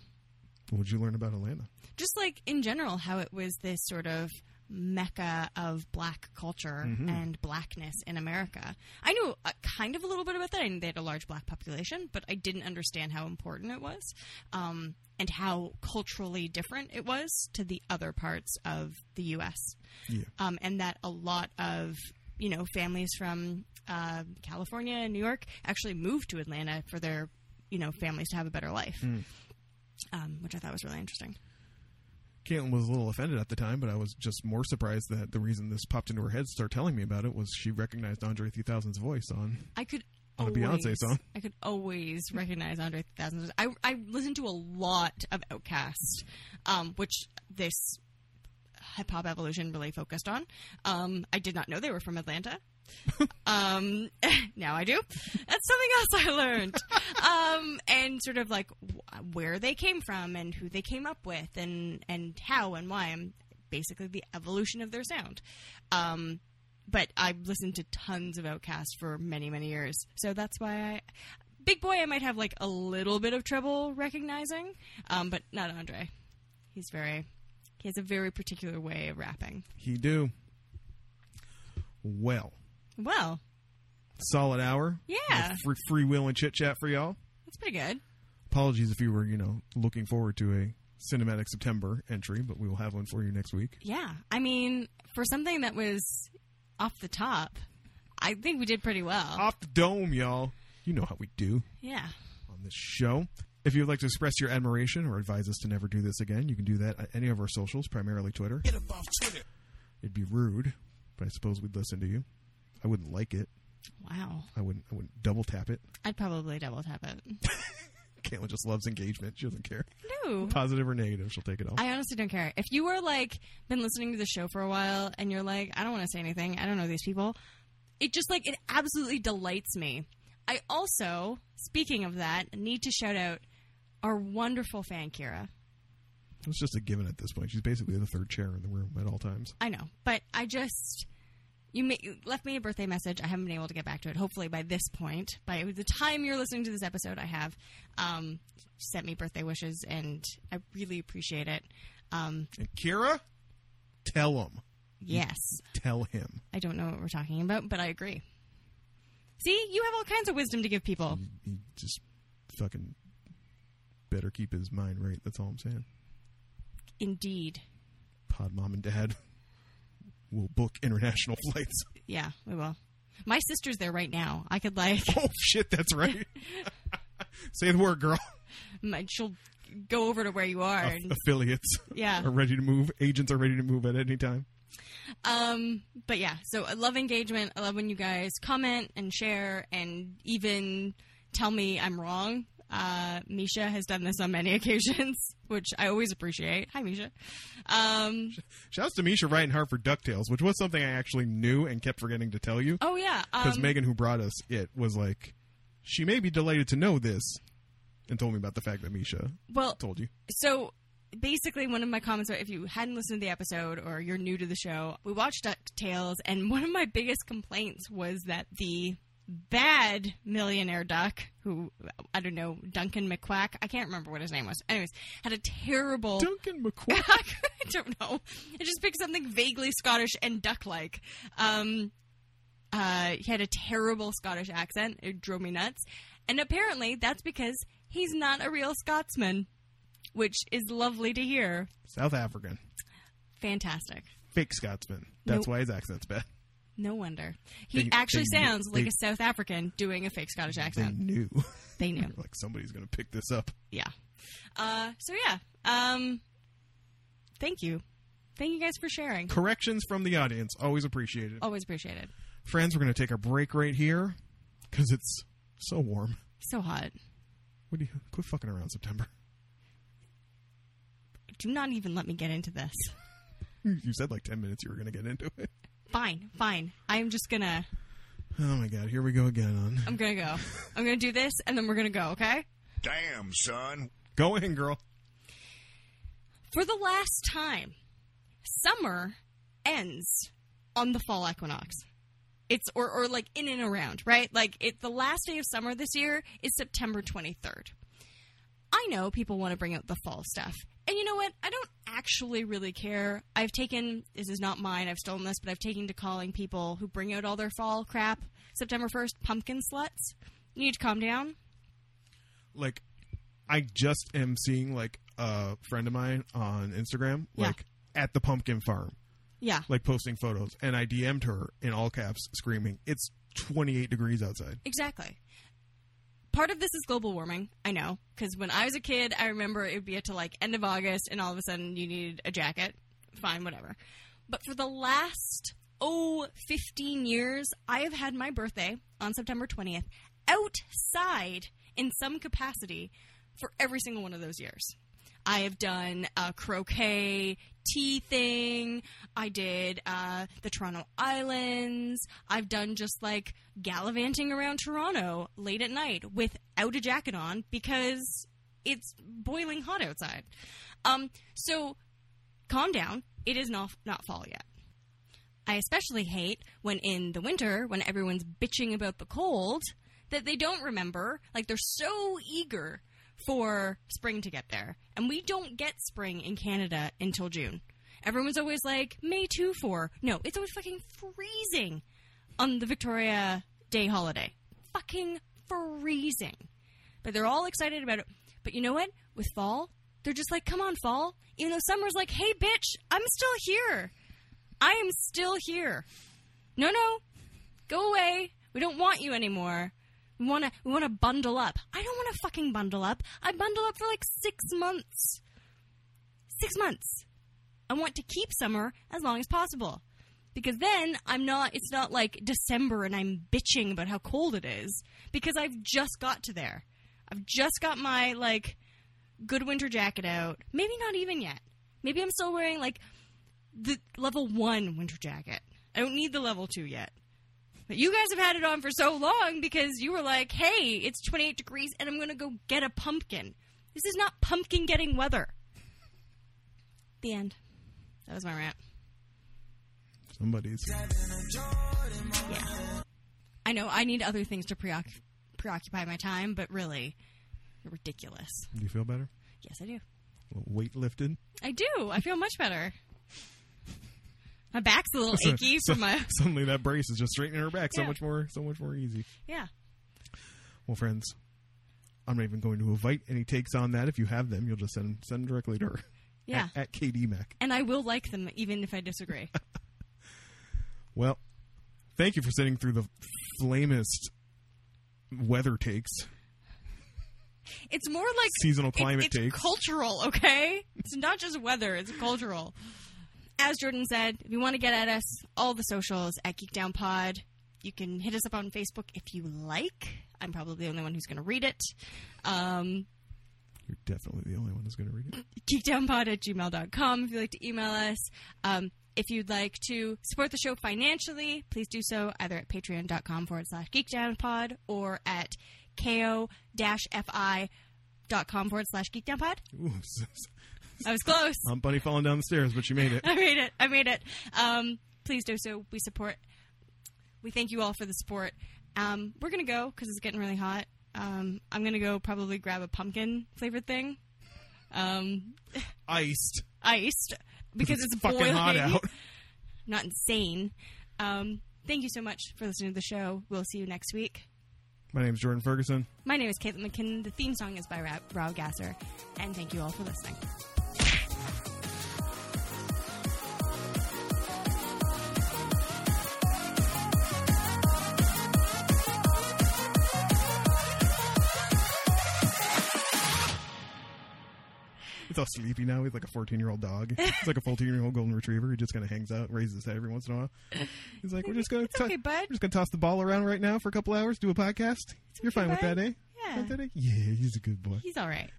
[SPEAKER 3] what would you learn about Atlanta?
[SPEAKER 2] just like in general how it was this sort of mecca of black culture and blackness in america i knew uh kind of a little bit about that i knew they had a large black population but i didn't understand how important it was um, and how culturally different it was to the other parts of the us
[SPEAKER 3] Yeah.
[SPEAKER 2] um, and that a lot of you know families from uh, California and New York actually moved to Atlanta for their you know families to have a better life, um, which I thought was really interesting.
[SPEAKER 3] Caitlin was a little offended at the time, but I was just more surprised that the reason this popped into her head to start telling me about it was she recognized Andre 3000's voice on
[SPEAKER 2] I could
[SPEAKER 3] On a Beyonce
[SPEAKER 2] always-
[SPEAKER 3] song.
[SPEAKER 2] I could always recognize Andre 3000. I I listened to a lot of Outkast, um, which this hip hop evolution really focused on. Um, I did not know they were from Atlanta. um, now I do. That's something else I learned. um, and sort of like wh- where they came from and who they came up with and and how and why and basically the evolution of their sound. Um, but I listened to tons of Outkast for many many years, so that's why I. Big boy, I might have like a little bit of trouble recognizing, um, but not Andre. He's very, he has a very particular way of rapping.
[SPEAKER 3] He Do. Well,
[SPEAKER 2] Well,
[SPEAKER 3] Solid hour.
[SPEAKER 2] Yeah.
[SPEAKER 3] Free, freewheeling chit chat for y'all.
[SPEAKER 2] that's pretty good.
[SPEAKER 3] Apologies if you were, you know, looking forward to a cinematic September entry, but we will have one for you next week.
[SPEAKER 2] Yeah. I mean, for something that was off the top, I think we did pretty well.
[SPEAKER 3] Off the dome, y'all. You know how we do.
[SPEAKER 2] yeah.
[SPEAKER 3] on this show. If you would like to express your admiration or advise us to never do this again, you can do that at any of our socials, primarily Twitter. Get up off Twitter. It'd be rude, but I suppose we'd listen to you. I wouldn't like it.
[SPEAKER 2] Wow.
[SPEAKER 3] I wouldn't. I wouldn't double tap it.
[SPEAKER 2] I'd probably double tap it.
[SPEAKER 3] Caitlin just loves engagement. She doesn't care,
[SPEAKER 2] No.
[SPEAKER 3] positive or negative. She'll take it all.
[SPEAKER 2] I honestly don't care. If you were like been listening to the show for a while and you're like, I don't want to say anything. I don't know these people. It just like it absolutely delights me. I also, speaking of that, need to shout out our wonderful fan Kira.
[SPEAKER 3] It's just a given at this point. She's basically the third chair in the room at all times.
[SPEAKER 2] I know, but I just you, ma- you left me a birthday message. I haven't been able to get back to it. Hopefully, by this point, by the time you're listening to this episode, I have um, sent me birthday wishes, and I really appreciate it. Um,
[SPEAKER 3] And Kira, tell him.
[SPEAKER 2] yes,
[SPEAKER 3] Tell him.
[SPEAKER 2] I don't know what we're talking about, but I agree. See, you have all kinds of wisdom to give people.
[SPEAKER 3] He just fucking better keep his mind right. That's all I'm saying.
[SPEAKER 2] Indeed,
[SPEAKER 3] pod mom and dad will book international flights.
[SPEAKER 2] yeah, we will. My sister's there right now. I could like,
[SPEAKER 3] Oh shit, that's right. Say the word, girl.
[SPEAKER 2] my- she'll go over to where you are.
[SPEAKER 3] Aff-
[SPEAKER 2] and-
[SPEAKER 3] affiliates
[SPEAKER 2] Yeah.
[SPEAKER 3] are ready to move. Agents are ready to move at any time.
[SPEAKER 2] Um, but yeah, so I love engagement. I love when you guys comment and share and even tell me I'm wrong. Uh, Misha has done this on many occasions, which I always appreciate. Hi, Misha. Um,
[SPEAKER 3] Shouts to Misha Wright and Hartford Ducktales, which was something I actually knew and kept forgetting to tell you
[SPEAKER 2] oh yeah.
[SPEAKER 3] because
[SPEAKER 2] Um,
[SPEAKER 3] Megan, who brought us it, was like, she may be delighted to know this, and told me about the fact that Misha
[SPEAKER 2] well,
[SPEAKER 3] told you.
[SPEAKER 2] so basically one of my comments if you hadn't listened to the episode or you're new to the show we watched ducktales and one of my biggest complaints was that the bad millionaire duck who i don't know duncan mcquack i can't remember what his name was anyways had a terrible
[SPEAKER 3] Duncan McQuack.
[SPEAKER 2] I don't know. I just picked something vaguely Scottish and duck-like. Um, uh, he had a terrible Scottish accent. It drove me nuts. And apparently, that's because he's not a real Scotsman, which is lovely to hear.
[SPEAKER 3] South African.
[SPEAKER 2] Fantastic.
[SPEAKER 3] Fake Scotsman. That's
[SPEAKER 2] Nope.
[SPEAKER 3] why his accent's bad.
[SPEAKER 2] No wonder he
[SPEAKER 3] They-
[SPEAKER 2] actually
[SPEAKER 3] they-
[SPEAKER 2] sounds like
[SPEAKER 3] they-
[SPEAKER 2] a South African doing a fake Scottish
[SPEAKER 3] They
[SPEAKER 2] accent.
[SPEAKER 3] knew.
[SPEAKER 2] They knew.
[SPEAKER 3] like somebody's gonna pick this up.
[SPEAKER 2] yeah. Uh, so yeah. Um, thank you. Thank you guys for sharing.
[SPEAKER 3] corrections from the audience always appreciated
[SPEAKER 2] Always appreciate it.
[SPEAKER 3] friends we're going to take a break right here because it's so warm
[SPEAKER 2] So hot.
[SPEAKER 3] what do you quit fucking around september
[SPEAKER 2] do not even let me get into this. Hmm.
[SPEAKER 3] you said like 10 minutes you were going to get into it
[SPEAKER 2] Fine, fine. I'm just gonna,
[SPEAKER 3] oh my god here we go again on
[SPEAKER 2] I'm gonna go. I'm gonna do this, and then we're gonna go. Okay.
[SPEAKER 4] Damn, son.
[SPEAKER 3] go in girl
[SPEAKER 2] For the last time, summer ends on the fall equinox. It's or or like in and around, right? Like it. The last day of summer this year is September 23rd. I know people want to bring out the fall stuff. And you know what? I don't actually really care. I've taken, this is not mine, I've stolen this, but I've taken to calling people who bring out all their fall crap September 1st pumpkin sluts. You need to calm down.
[SPEAKER 3] like i just am seeing like a friend of mine on instagram
[SPEAKER 2] Yeah.
[SPEAKER 3] like at the pumpkin farm
[SPEAKER 2] Yeah.
[SPEAKER 3] like posting photos and i dm'd her in all caps screaming it's 28 degrees outside
[SPEAKER 2] Exactly. Part of this is global warming, I know, because when I was a kid, I remember it would be up to like end of August, and all of a sudden you needed a jacket. Fine, whatever. But for the last, oh, 15 years, I have had my birthday on September 20th outside in some capacity for every single one of those years. I have done a croquet tea thing. I did uh, the Toronto Islands. I've done just like gallivanting around Toronto late at night without a jacket on because it's boiling hot outside. Um, so calm down. It is not not fall yet. I especially hate when in the winter, when everyone's bitching about the cold, that they don't remember. Like they're so eager for spring to get there. And we don't get spring in Canada until June. Everyone's always like, May 2 for. No, it's always fucking freezing. on the Victoria Day holiday. Fucking freezing. But they're all excited about it. But you know what? With fall, they're just like, come on, fall. Even though summer's like, hey, bitch, I'm still here. I am still here. No, no, go away. We don't want you anymore. We want to we want to bundle up. I don't want to fucking bundle up. I bundle up for like 6 months. 6 months. I want to keep summer as long as possible. Because then I'm not it's not like December and I'm bitching about how cold it is because I've just got to there. I've just got my like good winter jacket out. Maybe not even yet. Maybe I'm still wearing like the level 1 winter jacket. I don't need the level 2 yet. But you guys have had it on for so long because you were like, hey, it's 28 degrees and I'm going to go get a pumpkin. This is not pumpkin getting weather. The end. That was my rant.
[SPEAKER 3] Somebody's.
[SPEAKER 2] Yeah. I know I need other things to preoc- preoccupy my time, but really, you're ridiculous.
[SPEAKER 3] Do you feel better?
[SPEAKER 2] Yes, I do.
[SPEAKER 3] A little weight lifted.
[SPEAKER 2] I do. I feel much better. My back's a little achy
[SPEAKER 3] So-
[SPEAKER 2] from my.
[SPEAKER 3] Suddenly that brace is just straightening her back. So
[SPEAKER 2] Yeah.
[SPEAKER 3] much more. So much more easy.
[SPEAKER 2] Yeah.
[SPEAKER 3] Well, friends, I'm not even going to invite any takes on that. If you have them, you'll just send them, send them directly to her.
[SPEAKER 2] Yeah.
[SPEAKER 3] At, at KD Mac.
[SPEAKER 2] And I will like them even if I disagree.
[SPEAKER 3] Well, thank you for sitting through the flamest weather takes.
[SPEAKER 2] It's more like
[SPEAKER 3] Seasonal
[SPEAKER 2] it-
[SPEAKER 3] climate
[SPEAKER 2] it's
[SPEAKER 3] takes.
[SPEAKER 2] Cultural, okay? It's not just weather; it's cultural. As Jordan said, if you want to get at us, all the socials at Geekdown Pod. You can hit us up on Facebook if you like. I'm probably the only one who's going to read it. Um,
[SPEAKER 3] You're definitely the only one who's going to read it.
[SPEAKER 2] geekdownpod at gmail.com if you'd like to email us. Um, if you'd like to support the show financially, please do so either at patreon.com forward slash geekdownpod or at ko-fi.com forward slash geekdownpod.
[SPEAKER 3] Ooh, s- s-
[SPEAKER 2] I was close.
[SPEAKER 3] I'm bunny falling down the stairs, but you made it.
[SPEAKER 2] I made it. I made it. Um, please do so. We support. We thank you all for the support. Um, we're gonna go because it's getting really hot. Um, I'm gonna go probably grab a pumpkin flavored thing, um,
[SPEAKER 3] Iced.
[SPEAKER 2] iced because it's,
[SPEAKER 3] fucking
[SPEAKER 2] boiling.
[SPEAKER 3] hot out.
[SPEAKER 2] Not insane. Um, thank you so much for listening to the show. We'll see you next week.
[SPEAKER 3] My name's Jordan Ferguson.
[SPEAKER 2] My name is Caitlin McKinnon. The theme song is by Ra- Rao Gasser, and thank you all for listening.
[SPEAKER 3] He's all sleepy now. He's like a 14 year old dog. He's like a 14 year old golden retriever. He just kind of hangs out, raises his head every once in a while. He's like, we're just gonna
[SPEAKER 2] It's okay, bud.
[SPEAKER 3] we're just gonna toss the ball around right now for a couple hours, do a podcast. You're
[SPEAKER 2] okay,
[SPEAKER 3] fine with
[SPEAKER 2] bud.
[SPEAKER 3] that, eh?
[SPEAKER 2] Yeah.
[SPEAKER 3] Fine with that, eh? Yeah, he's a good boy.
[SPEAKER 2] He's all right.